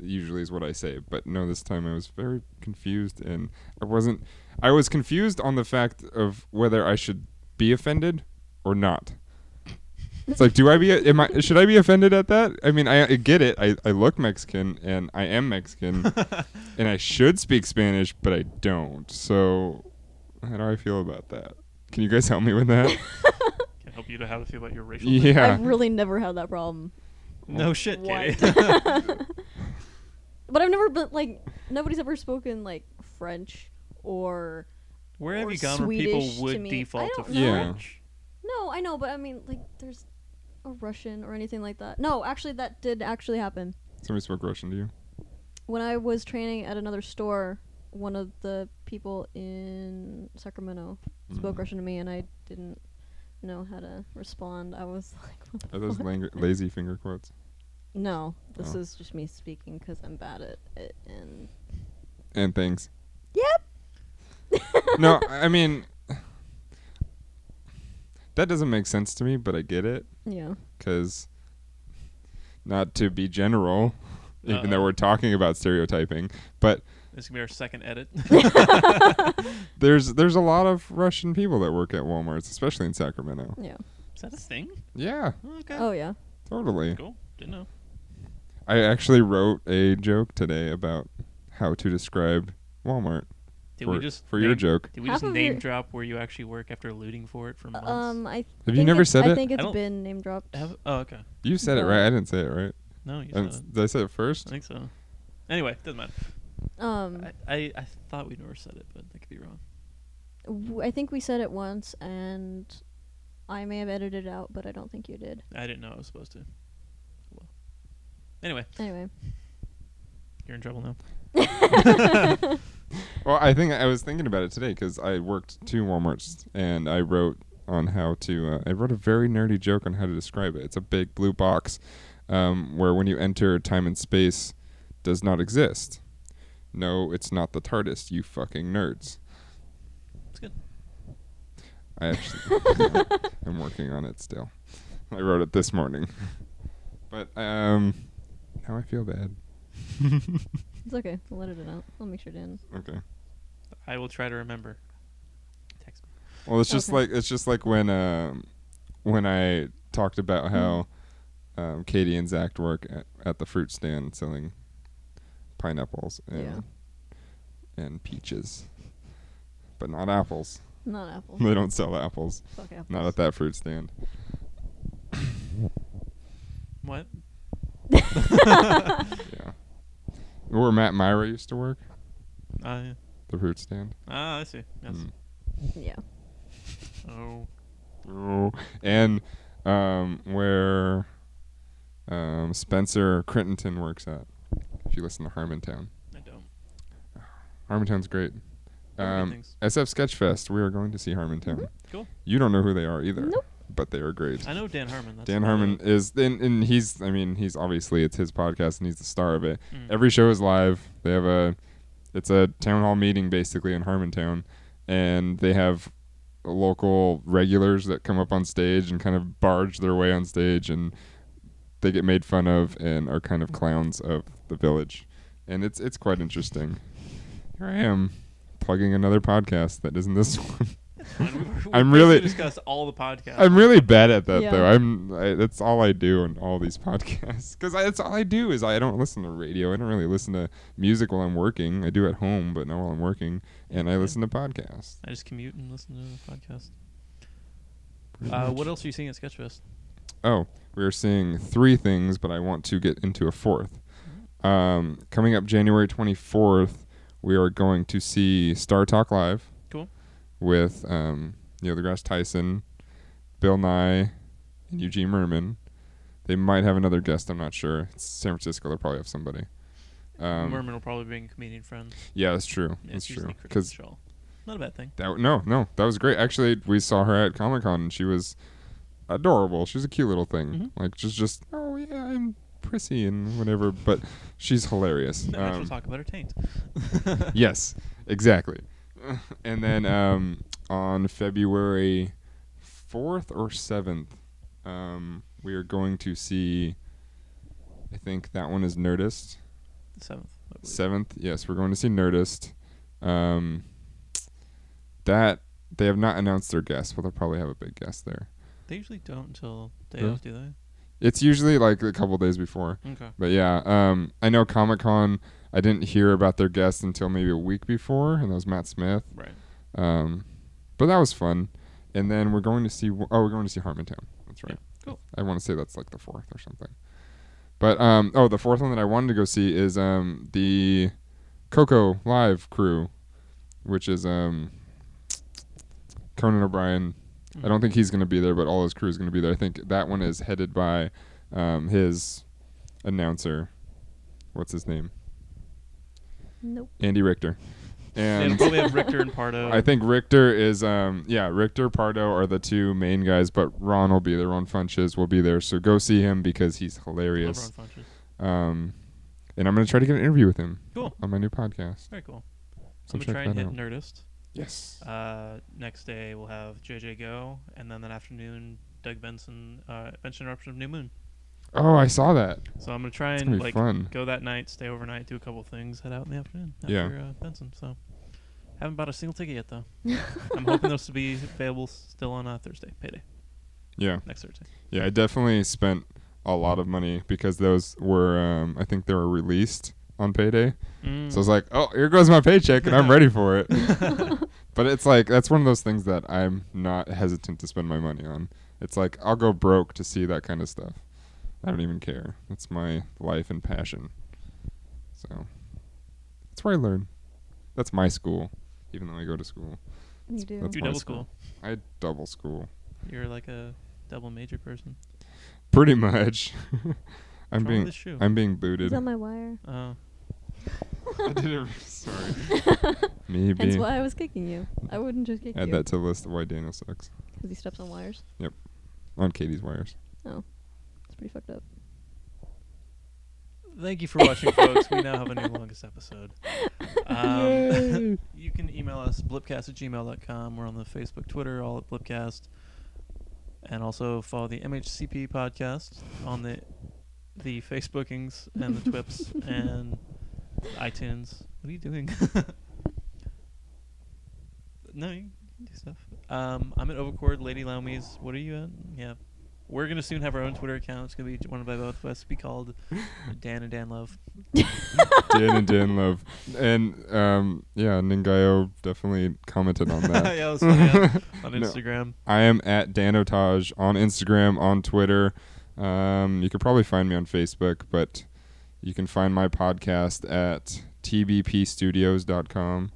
usually is what I say. But no, this time I was very confused and I wasn't. I was confused on the fact of whether I should be offended or not. It's like, do I be? Am I? Should I be offended at that? I mean, I, I get it. I, I look Mexican and I am Mexican, and I should speak Spanish, but I don't. So, how do I feel about that? Can you guys help me with that? Can help you to how to feel about your racial. difference. yeah. I've really never had that problem. No shit, What? Katie. but I've never been like nobody's ever spoken like French or Where have Or you gone where people Swedish to would me. default I to don't know. Yeah. French? no, I know, but I mean like there's a Russian or anything like that. No, actually that did actually happen. Somebody spoke Russian to you. when I was training at another store, one of the people in Sacramento spoke Mm. Russian to me, and I didn't know how to respond. I was like, what the Are those fuck? lang- lazy finger quotes? No, this Oh. is just me speaking because I'm bad at it. And And things. yep, no, I I mean, that doesn't make sense to me, but I get it. yeah, Because, not to be general, even though Uh-oh. we're talking about stereotyping, but This can be our second edit. there's there's a lot of Russian people that work at Walmart's, especially in Sacramento. yeah. Is that a thing? Yeah, Okay. Oh yeah. totally. Cool. Didn't know. I actually wrote a joke today about how to describe Walmart Did for, we just for your name- joke. Did we Half just of your- name drop where you actually work after looting for it for months? Um, I you think never it's- said I it? think I it's don't- been name dropped. Have- oh, okay. You said it No. right. I didn't say it right. No, you I didn't said s- it. did I say it first? I think so. Anyway, doesn't matter. Um, I, I, I thought we never said it, but I could be wrong. w- I think we said it once, and I may have edited it out, but I don't think you did. I didn't know I was supposed to. Oh, Well. Anyway, Anyway. you're in trouble now. Well, I think I was thinking about it today because I worked two WalMarts and I wrote on how to. Uh, I wrote a very nerdy joke on how to describe it. It's a big blue box um, where when you enter, time and space does not exist. No, it's not the TARDIS. You fucking nerds. It's good. I actually, yeah, I'm working on it still. I wrote it this morning, but um, now I feel bad. It's okay. I'll edit it out. I'll make sure to end. Okay. I will try to remember. Text me. Well, it's just Okay. like it's just like when um, when I talked about how um, Katie and Zach work at, at the fruit stand selling pineapples and and peaches, but not apples. Not Apple. they don't sell apples. Fuck Apple. Not at that fruit stand. What? Yeah. Where Matt Myra used to work, Ah, yeah. the fruit stand. ah, I see. Yes. Mm. yeah. Hmm. Oh. Oh. And um, where um, Spencer Crittenton works at, if you listen to Harmontown. I don't. Harmontown's great. Everybody Um, thinks- SF Sketchfest, we are going to see Harmontown. Cool. You don't know who they are either. Nope. But they are great. I know Dan Harmon. That's Dan about Harmon it. is, and, and he's, I mean, he's obviously, it's his podcast and he's the star of it. Mm. Every show is live. They have a, it's a town hall meeting basically in Harmontown. And they have local regulars that come up on stage and kind of barge their way on stage and they get made fun of and are kind of clowns of the village. And it's, it's quite interesting. Here I am plugging another podcast that isn't this one. Fine, Hmm. we- we I'm basically really- discussed all the podcasts. I'm really bad at that Yeah. though. I'm I, that's all I do on all these podcasts because that's all I do is I don't listen to radio. I don't really listen to music while I'm working. I do at home, but not while I'm working. And I Yeah. listen to podcasts. I just commute and listen to the podcast. pretty Uh, much. what else are you seeing at Sketchfest? Oh, we are seeing three things, but I want to get into a fourth. Um, coming up January 24th, we are going to see Star Talk Live. Cool. With um, Neil deGrasse Tyson, Bill Nye, and Eugene Merman. They might have another guest. I'm not sure. It's San Francisco. They'll probably have somebody. Um, Merman will probably bring a comedian friend. Yeah, that's true. Yeah, that's it's true. usually Because Kristen Shaw. Not a bad thing. that no, no, that was great. Actually, we saw her at Comic Con and she was adorable. She's a cute little thing. Mhm. Like just just oh yeah, I'm prissy and whatever, but she's hilarious. And next we'll Um, talk about her taint. yes, exactly. and then um, on February fourth or seventh, um, we are going to see. I think that one is Nerdist. the seventh. I believe. Seventh, yes, we're going to see Nerdist. Um, that they have not announced their guest, but they'll probably have a big guest there. They usually don't until day Yeah. of, do they? It's usually like a couple days before, Okay. but yeah, um, I know Comic Con. I didn't hear about their guest until maybe a week before, and that was Matt Smith. Right. Um, but that was fun. And then we're going to see. Oh, we're going to see Harmontown. That's right. cool. I want to say that's like the fourth or something. But um, oh, the fourth one that I wanted to go see is um the Coco Live crew, which is um Conan O'Brien. I don't think he's going to be there, but all his crew is going to be there. I think that one is headed by um, his announcer. What's his name? Nope. Andy Richter. And And will probably have Richter and Pardo. I think Richter is um yeah, Richter Pardo are the two main guys, but Ron will be there, Ron Funches will be there. So go see him because he's hilarious. LeBron Funches. Um and I'm gonna try to get an interview with him Cool. on my new podcast. Very cool. So So I'm check gonna try and that hit out. Nerdist. Yes. Uh, next day we'll have JJ Go, and then that afternoon Doug Benson, uh, Benson Eruption of New Moon. Oh, I saw that. So I'm gonna try It's gonna and be like fun. go that night, stay overnight, do a couple things, head out in the afternoon after Yeah. uh, Benson. So haven't bought a single ticket yet though. I'm hoping those to be available still on uh, Thursday, payday Yeah. next Thursday. Yeah, I definitely spent a lot of money because those were um I think they were released on payday. Mm. So I Hmm. was like, Oh, here goes my paycheck and I'm ready for it. But it's like that's one of those things that I'm not hesitant to spend my money on. It's like I'll go broke to see that kind of stuff. I don't even care. That's my life and passion. So that's where I learn. That's my school, even though I go to school. You do. That's you my double school. school. I double school You're like a double major person. pretty much. What's wrong I'm with being this shoe. I'm being He's booted. on my wire. Uh, I didn't. Sorry. Me Hence being. why I was kicking you. I wouldn't just kick Add you that to the list of why Daniel sucks because he steps on wires. Oh, on Katie's wires. It's pretty fucked up. thank you for watching, folks. We now have a new longest episode. Um, you can email us blipcast at gmail.com. We're on the Facebook, Twitter, all at blipcast. And also follow the MHCP podcast on the the Facebookings and the Twips and iTunes. What are you doing? no, you can do stuff. Um, I'm at Overcord, Lady Laumies. What are you at? Yeah. We're going to soon have our own Twitter account. It's going to be one by both of us. be called Dan and Dan Love. Dan and Dan Love. And um, yeah, Ningayo definitely commented on yeah, that. that was funny, yeah. on No. Instagram. I am at Danotage on Instagram, on Twitter. Um, you could probably find me on Facebook, but you can find my podcast at tbpstudios.com,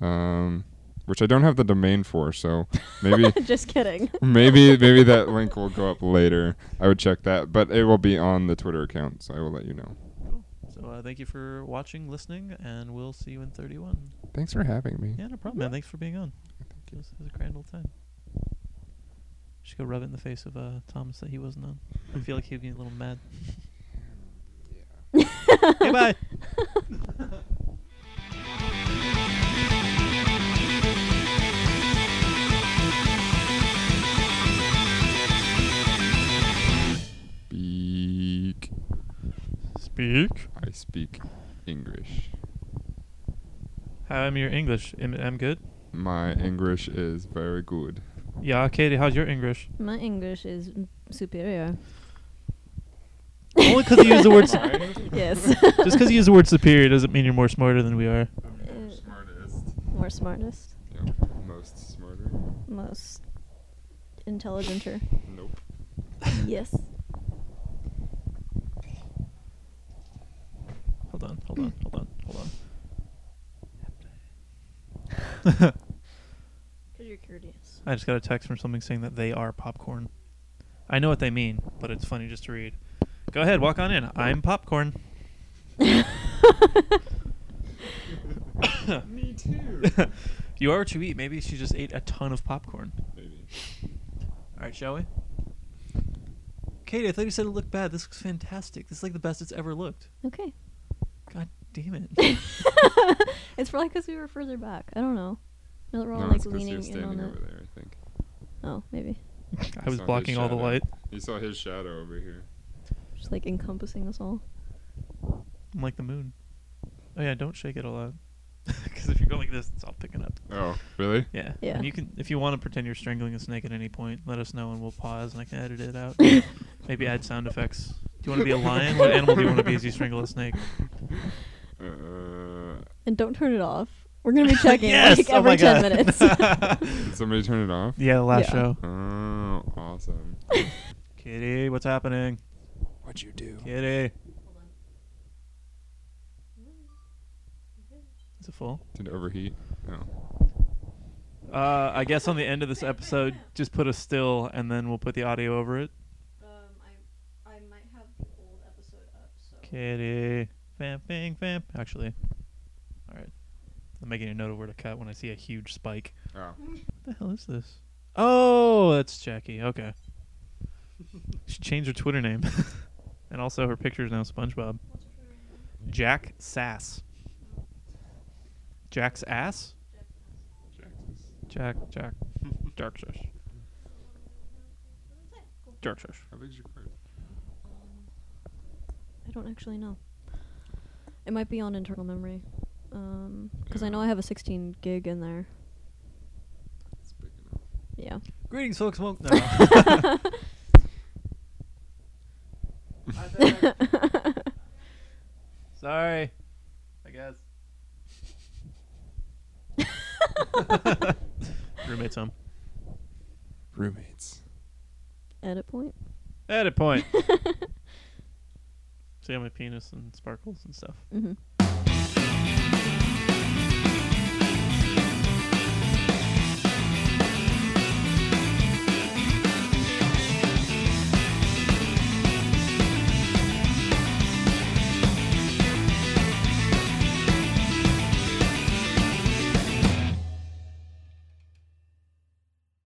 um, which I don't have the domain for, so maybe just kidding. maybe maybe that link will go up later. I would check that, but it will be on the Twitter account, so I will let you know. So uh, thank you for watching, listening, and we'll see you in 31. Thanks for having me. Yeah, no problem, man. Thanks for being on. It was, it was a grand old time. Just go rub it in the face of uh, Thomas that he wasn't on. I feel like he'd be a little mad. okay, bye. Speak. Speak. I speak English. How am your English? Am, am good? My English is very good. Yeah, Katie, how's your English? My English is superior. Only because you use the word. Just yes. because you use the word superior doesn't mean you're more smarter than we are. Uh, Smartest. More smartest, Yeah. Most smarter. most intelligenter. Nope. yes. Hold on, hold on, hold on, hold on. Because you're curious. I just got a text from something saying that they are popcorn. I know what they mean, but it's funny just to read. Go ahead, walk on in. I'm popcorn. Me too. you are what you eat. Maybe she just ate a ton of popcorn. Maybe. All right, shall we? Katie, I thought you said it looked bad. This looks fantastic. This is like the best it's ever looked. okay. God damn it. It's probably because we were further back. I don't know. No, we're all No, like it's 'cause leaning you're in on standing it. over there, I think. Oh, maybe. I was saw his blocking all the shadow. light. You saw his shadow over here. Just like encompassing us all. I'm like the moon. Oh yeah, don't shake it a lot. Because if you go like this, it's all picking up. Oh, really? Yeah. Yeah. And you can, if you want to pretend you're strangling a snake at any point, let us know and we'll pause and I can edit it out. Maybe add sound effects. Do you want to be a lion? what animal do you want to be as you strangle a snake? Uh, And don't turn it off. We're gonna be checking yes. like oh every my ten God. minutes. Um, did somebody turn it off? yeah, the last Yeah. show. Oh, awesome. Kitty, what's happening? What'd you do? Kitty. Is it full? Did it overheat? Oh. No. Uh, I guess on the end of this episode, just put a still and then we'll put the audio over it. I might have the old episode up, so Kitty. Vamping, vamp. Actually. Alright. I'm making a note of where to cut when I see a huge spike. Oh. What the hell is this? Oh, that's Jackie. Okay. she changed her Twitter name. and also her picture is now SpongeBob. Jack Sass. Jack's ass? Jack, Jack, Jack Sass. Jack Sass. How big's your cord? I don't actually know. It might be on internal memory, Um 'cause because I Yeah. know I have a 16 gig in there. It's big enough. Yeah. Greetings, folks. Welcome. Oh. Sorry. I guess. Roommate's home. Roommates. Edit point. Edit point. See how my penis and sparkles and stuff. Mm-hmm.